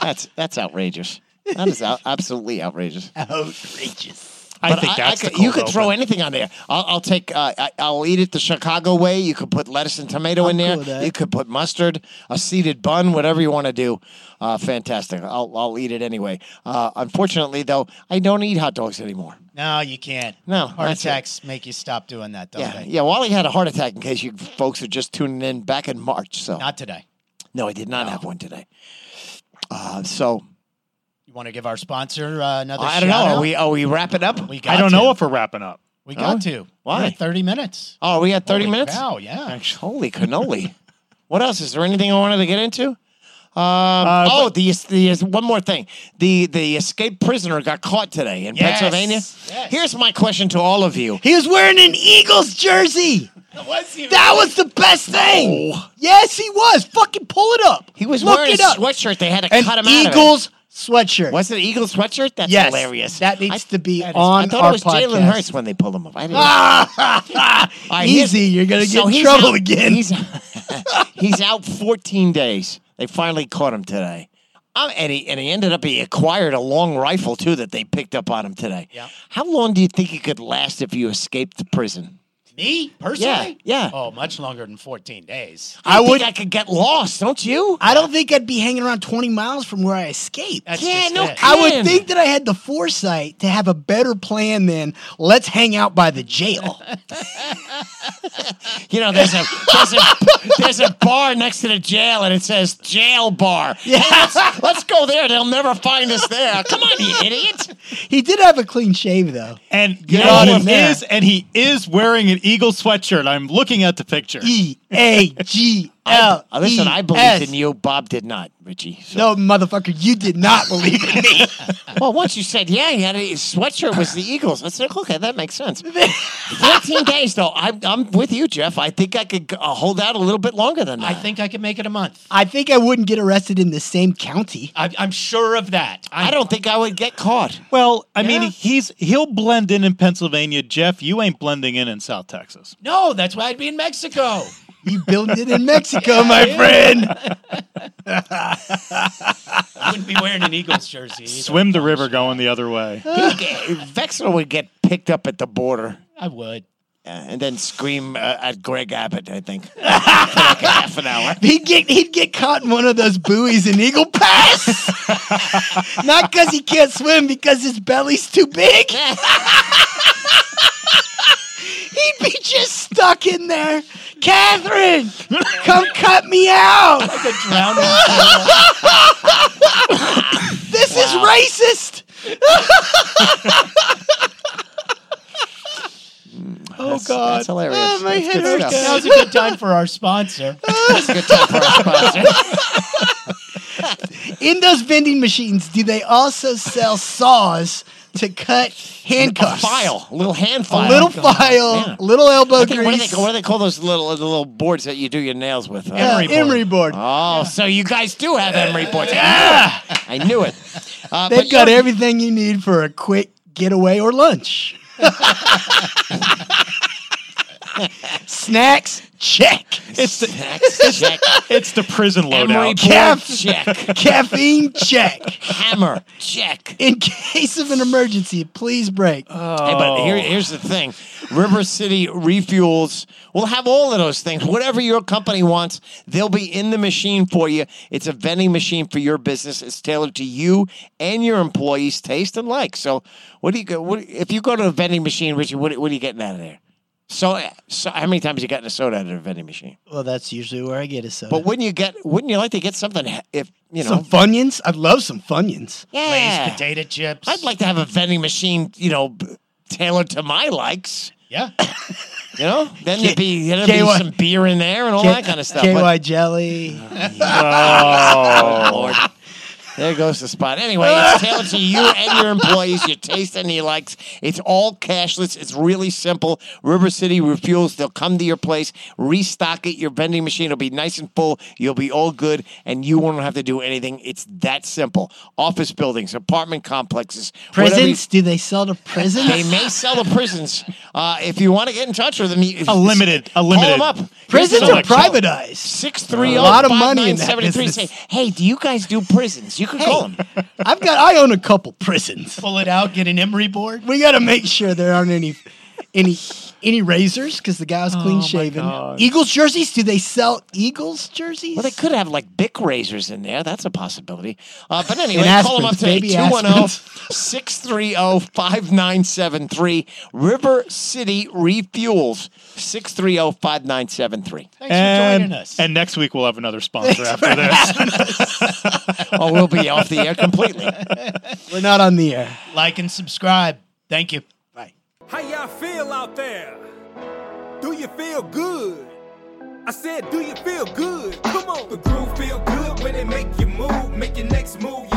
Speaker 2: That's that's outrageous. That is out, absolutely outrageous.
Speaker 3: Outrageous.
Speaker 4: I think that's
Speaker 2: could,
Speaker 4: the
Speaker 2: you could
Speaker 4: cold
Speaker 2: throw
Speaker 4: open.
Speaker 2: anything on there. I'll, I'll take. Uh, I, I'll eat it the Chicago way. You could put lettuce and tomato
Speaker 3: I'm
Speaker 2: in there.
Speaker 3: cool with that.
Speaker 2: you could put mustard, a seeded bun, whatever you want to do. Uh, fantastic. I'll I'll eat it anyway. Uh, unfortunately, though, I don't eat hot dogs anymore.
Speaker 1: No, you can't.
Speaker 2: No,
Speaker 1: Heart
Speaker 2: that's it.
Speaker 1: attacks make you stop doing that, don't
Speaker 2: Yeah,
Speaker 1: they?
Speaker 2: yeah. Wally had a heart attack. In case you folks are just tuning in, back in March. So
Speaker 1: Not today.
Speaker 2: no, I did not have one today. Uh, so
Speaker 1: You want to give our sponsor uh, another
Speaker 2: I don't know.
Speaker 1: shout
Speaker 2: Are
Speaker 1: out?
Speaker 2: we are we wrapping up?
Speaker 1: We got
Speaker 4: I don't know
Speaker 1: to.
Speaker 4: if we're wrapping up.
Speaker 1: we got
Speaker 2: Oh,
Speaker 1: to.
Speaker 2: why?
Speaker 1: We're at 30 minutes.
Speaker 2: oh, we had thirty
Speaker 1: Holy
Speaker 2: minutes.
Speaker 1: cow, yeah.
Speaker 2: Holy cannoli! what else is there? Anything I wanted to get into? Um, oh, the, the one more thing. The the escaped prisoner got caught today in
Speaker 1: Yes.
Speaker 2: Pennsylvania.
Speaker 1: Yes.
Speaker 2: Here's my question to all of you.
Speaker 3: He was wearing an Eagles jersey.
Speaker 1: Was he
Speaker 3: That was the best thing. Yes, he was. Fucking pull it up.
Speaker 2: He was
Speaker 3: Look
Speaker 2: wearing a
Speaker 3: it up.
Speaker 2: sweatshirt. They had to
Speaker 3: An
Speaker 2: cut him out of it.
Speaker 3: Eagles sweatshirt.
Speaker 2: Was it an Eagle sweatshirt? That's
Speaker 3: yes,
Speaker 2: hilarious.
Speaker 3: That needs
Speaker 2: I-
Speaker 3: to be
Speaker 2: that is-
Speaker 3: on
Speaker 2: I thought
Speaker 3: our
Speaker 2: it was
Speaker 3: podcast.
Speaker 2: Jalen Hurts when they pulled him up. I didn't. I-
Speaker 3: Easy, you're gonna get
Speaker 2: So
Speaker 3: in
Speaker 2: he's
Speaker 3: trouble
Speaker 2: out-
Speaker 3: again.
Speaker 2: He's, he's out 14 days. They finally caught him today. Um, and he and he ended up he acquired a long rifle too that they picked up on him today.
Speaker 1: Yeah.
Speaker 2: How long do you think it could last if you escaped the prison?
Speaker 1: Me personally?
Speaker 2: Yeah, yeah.
Speaker 1: Oh, much longer than 14 days.
Speaker 2: I, would. I could get lost, don't you?
Speaker 3: I don't think I'd be hanging around 20 miles from where I escaped.
Speaker 1: That's
Speaker 2: Yeah,
Speaker 1: just
Speaker 2: no
Speaker 1: it.
Speaker 2: kidding.
Speaker 3: I would
Speaker 2: Man.
Speaker 3: think that I had the foresight to have a better plan than let's hang out by the jail.
Speaker 2: You know, there's a there's a there's a bar next to the jail, and it says jail bar. Yeah. let's, let's go there. They'll never find us there. Come on, you idiot.
Speaker 3: he did have a clean shave though.
Speaker 4: And you
Speaker 2: Yeah,
Speaker 4: know what
Speaker 2: he
Speaker 4: it
Speaker 2: was there.
Speaker 4: is? And he is wearing an Eagle sweatshirt. I'm looking at the picture.
Speaker 3: E A G L. E
Speaker 2: Uh, Listen, I believed in you. Bob did not, Richie. So-
Speaker 3: No, motherfucker, you did not believe in me.
Speaker 2: Well, once you said, yeah, he had a, his sweatshirt was the Eagles. I said, okay, that makes sense. 14 days, though. I'm, I'm with you, Jeff. I think I could uh, hold out a little bit longer than that.
Speaker 1: I think I could make it a month.
Speaker 3: I think I wouldn't get arrested in the same county.
Speaker 1: I, I'm sure of that. I'm,
Speaker 2: I don't think I would get caught.
Speaker 4: Well, I mean,
Speaker 1: Yeah.
Speaker 4: he's he'll blend in in Pennsylvania. Jeff, you ain't blending in in South Texas.
Speaker 1: No, that's why I'd be in Mexico.
Speaker 3: You built it in Mexico, my friend.
Speaker 1: I wouldn't be wearing an Eagles jersey. either.
Speaker 4: Swim the river going the other way.
Speaker 2: He'd get- Vexler uh, would get picked up at the border
Speaker 1: I would.
Speaker 2: uh, and then scream uh, at Greg Abbott, I think, for like half an hour.
Speaker 3: He'd get he'd get caught in one of those buoys in Eagle Pass. Not because he can't swim, because his belly's too big. He'd be just stuck in there. Catherine, come cut me out.
Speaker 1: The drowning.
Speaker 3: This is racist.
Speaker 2: Oh, God. That's hilarious.
Speaker 3: Oh, my
Speaker 2: That's
Speaker 3: head
Speaker 2: good
Speaker 3: hurts.
Speaker 1: Now's
Speaker 2: stuff.
Speaker 1: a good time for our sponsor.
Speaker 2: That's a good time for our sponsor.
Speaker 3: In those vending machines, do they also sell saws to cut
Speaker 2: A
Speaker 3: handcuffs?
Speaker 2: file, a little hand
Speaker 3: A
Speaker 2: file.
Speaker 3: little
Speaker 2: God.
Speaker 3: file,
Speaker 2: Yeah.
Speaker 3: little elbow
Speaker 2: I think- what, do they,
Speaker 3: grease.
Speaker 2: what do they call those little the little boards that you do your nails with? huh?
Speaker 3: Yeah, emery board.
Speaker 2: Oh, so you guys do have emery boards. Yeah. I knew it. Uh,
Speaker 3: They've
Speaker 2: but
Speaker 3: got
Speaker 2: you're-
Speaker 3: everything you need for a quick getaway or lunch. Snacks, check.
Speaker 4: It's the
Speaker 2: Next, check.
Speaker 4: it's the prison
Speaker 2: Emery board,
Speaker 4: loadout.
Speaker 3: Kev.
Speaker 2: check.
Speaker 3: Caffeine, check.
Speaker 2: Hammer, check.
Speaker 3: In case of an emergency, please break.
Speaker 2: Hey, but here, here's the thing River City Refuels will have all of those things. Whatever your company wants, they'll be in the machine for you. It's a vending machine for your business. It's tailored to you and your employees' taste and like. So, what do you go? What, if you go to a vending machine, Richie, what, what are you getting out of there? So, so, how many times you gotten a soda out of a vending machine?
Speaker 3: well, that's usually where I get it. So,
Speaker 2: But wouldn't you get? Wouldn't you like to get something? he- If you know,
Speaker 3: some Funyuns. I'd love some Funyuns.
Speaker 2: yeah,
Speaker 1: Lay's potato chips.
Speaker 2: I'd like to have a vending machine. You know, b- tailored to my likes.
Speaker 1: Yeah.
Speaker 2: You know, then there'd be, there'd be
Speaker 3: KY.
Speaker 2: some beer in there and all that kind of stuff.
Speaker 3: KY
Speaker 2: but- Uh,
Speaker 3: jelly.
Speaker 2: oh, Lord. There goes the spot. Anyway, it's tailored to you and your employees, your taste and your likes. It's all cashless. It's really simple. River City Refuels, they'll come to your place, restock it. Your vending machine will be nice and full. You'll be all good, and you won't have to do anything. It's that simple. Office buildings, apartment complexes, whatever you-
Speaker 3: prisons? Do they sell to prisons?
Speaker 2: They may sell to prisons. Uh, if you want to get in touch with them, you,
Speaker 4: A limited- a
Speaker 2: Call
Speaker 4: limited.
Speaker 2: them up.
Speaker 3: prisons
Speaker 4: Prisons
Speaker 3: are
Speaker 4: are chill.
Speaker 3: privatized.
Speaker 2: Six three
Speaker 3: A
Speaker 2: oh,
Speaker 3: lot of money in that
Speaker 2: Say,
Speaker 3: business.
Speaker 2: hey, do you guys do prisons? You can call them.
Speaker 3: I've got. I own a couple prisons.
Speaker 1: Pull it out, get an emery board.
Speaker 3: We got to make sure there aren't any any any razors because the guy was clean shaven. Eagles jerseys? Do they sell Eagles jerseys?
Speaker 2: Well, they could have like Bic razors in there. That's a possibility. Uh, but anyway,
Speaker 3: And
Speaker 2: call them up
Speaker 3: aspens,
Speaker 2: today. oh,
Speaker 3: baby
Speaker 2: 210
Speaker 3: aspens.
Speaker 2: 630 5973. River City Refuels oh, 630 5973.
Speaker 1: Thanks for
Speaker 4: And,
Speaker 1: joining us.
Speaker 4: and next week we'll have another sponsor after this.
Speaker 2: Oh, we'll be off the air completely.
Speaker 3: We're not on the air.
Speaker 1: like and subscribe. Thank you.
Speaker 3: Bye.
Speaker 5: How y'all feel out there? Do you feel good? I said, do you feel good? Come on. The groove feel good when it make you move, make your next move. Uh-huh. Uh-huh. Uh-huh.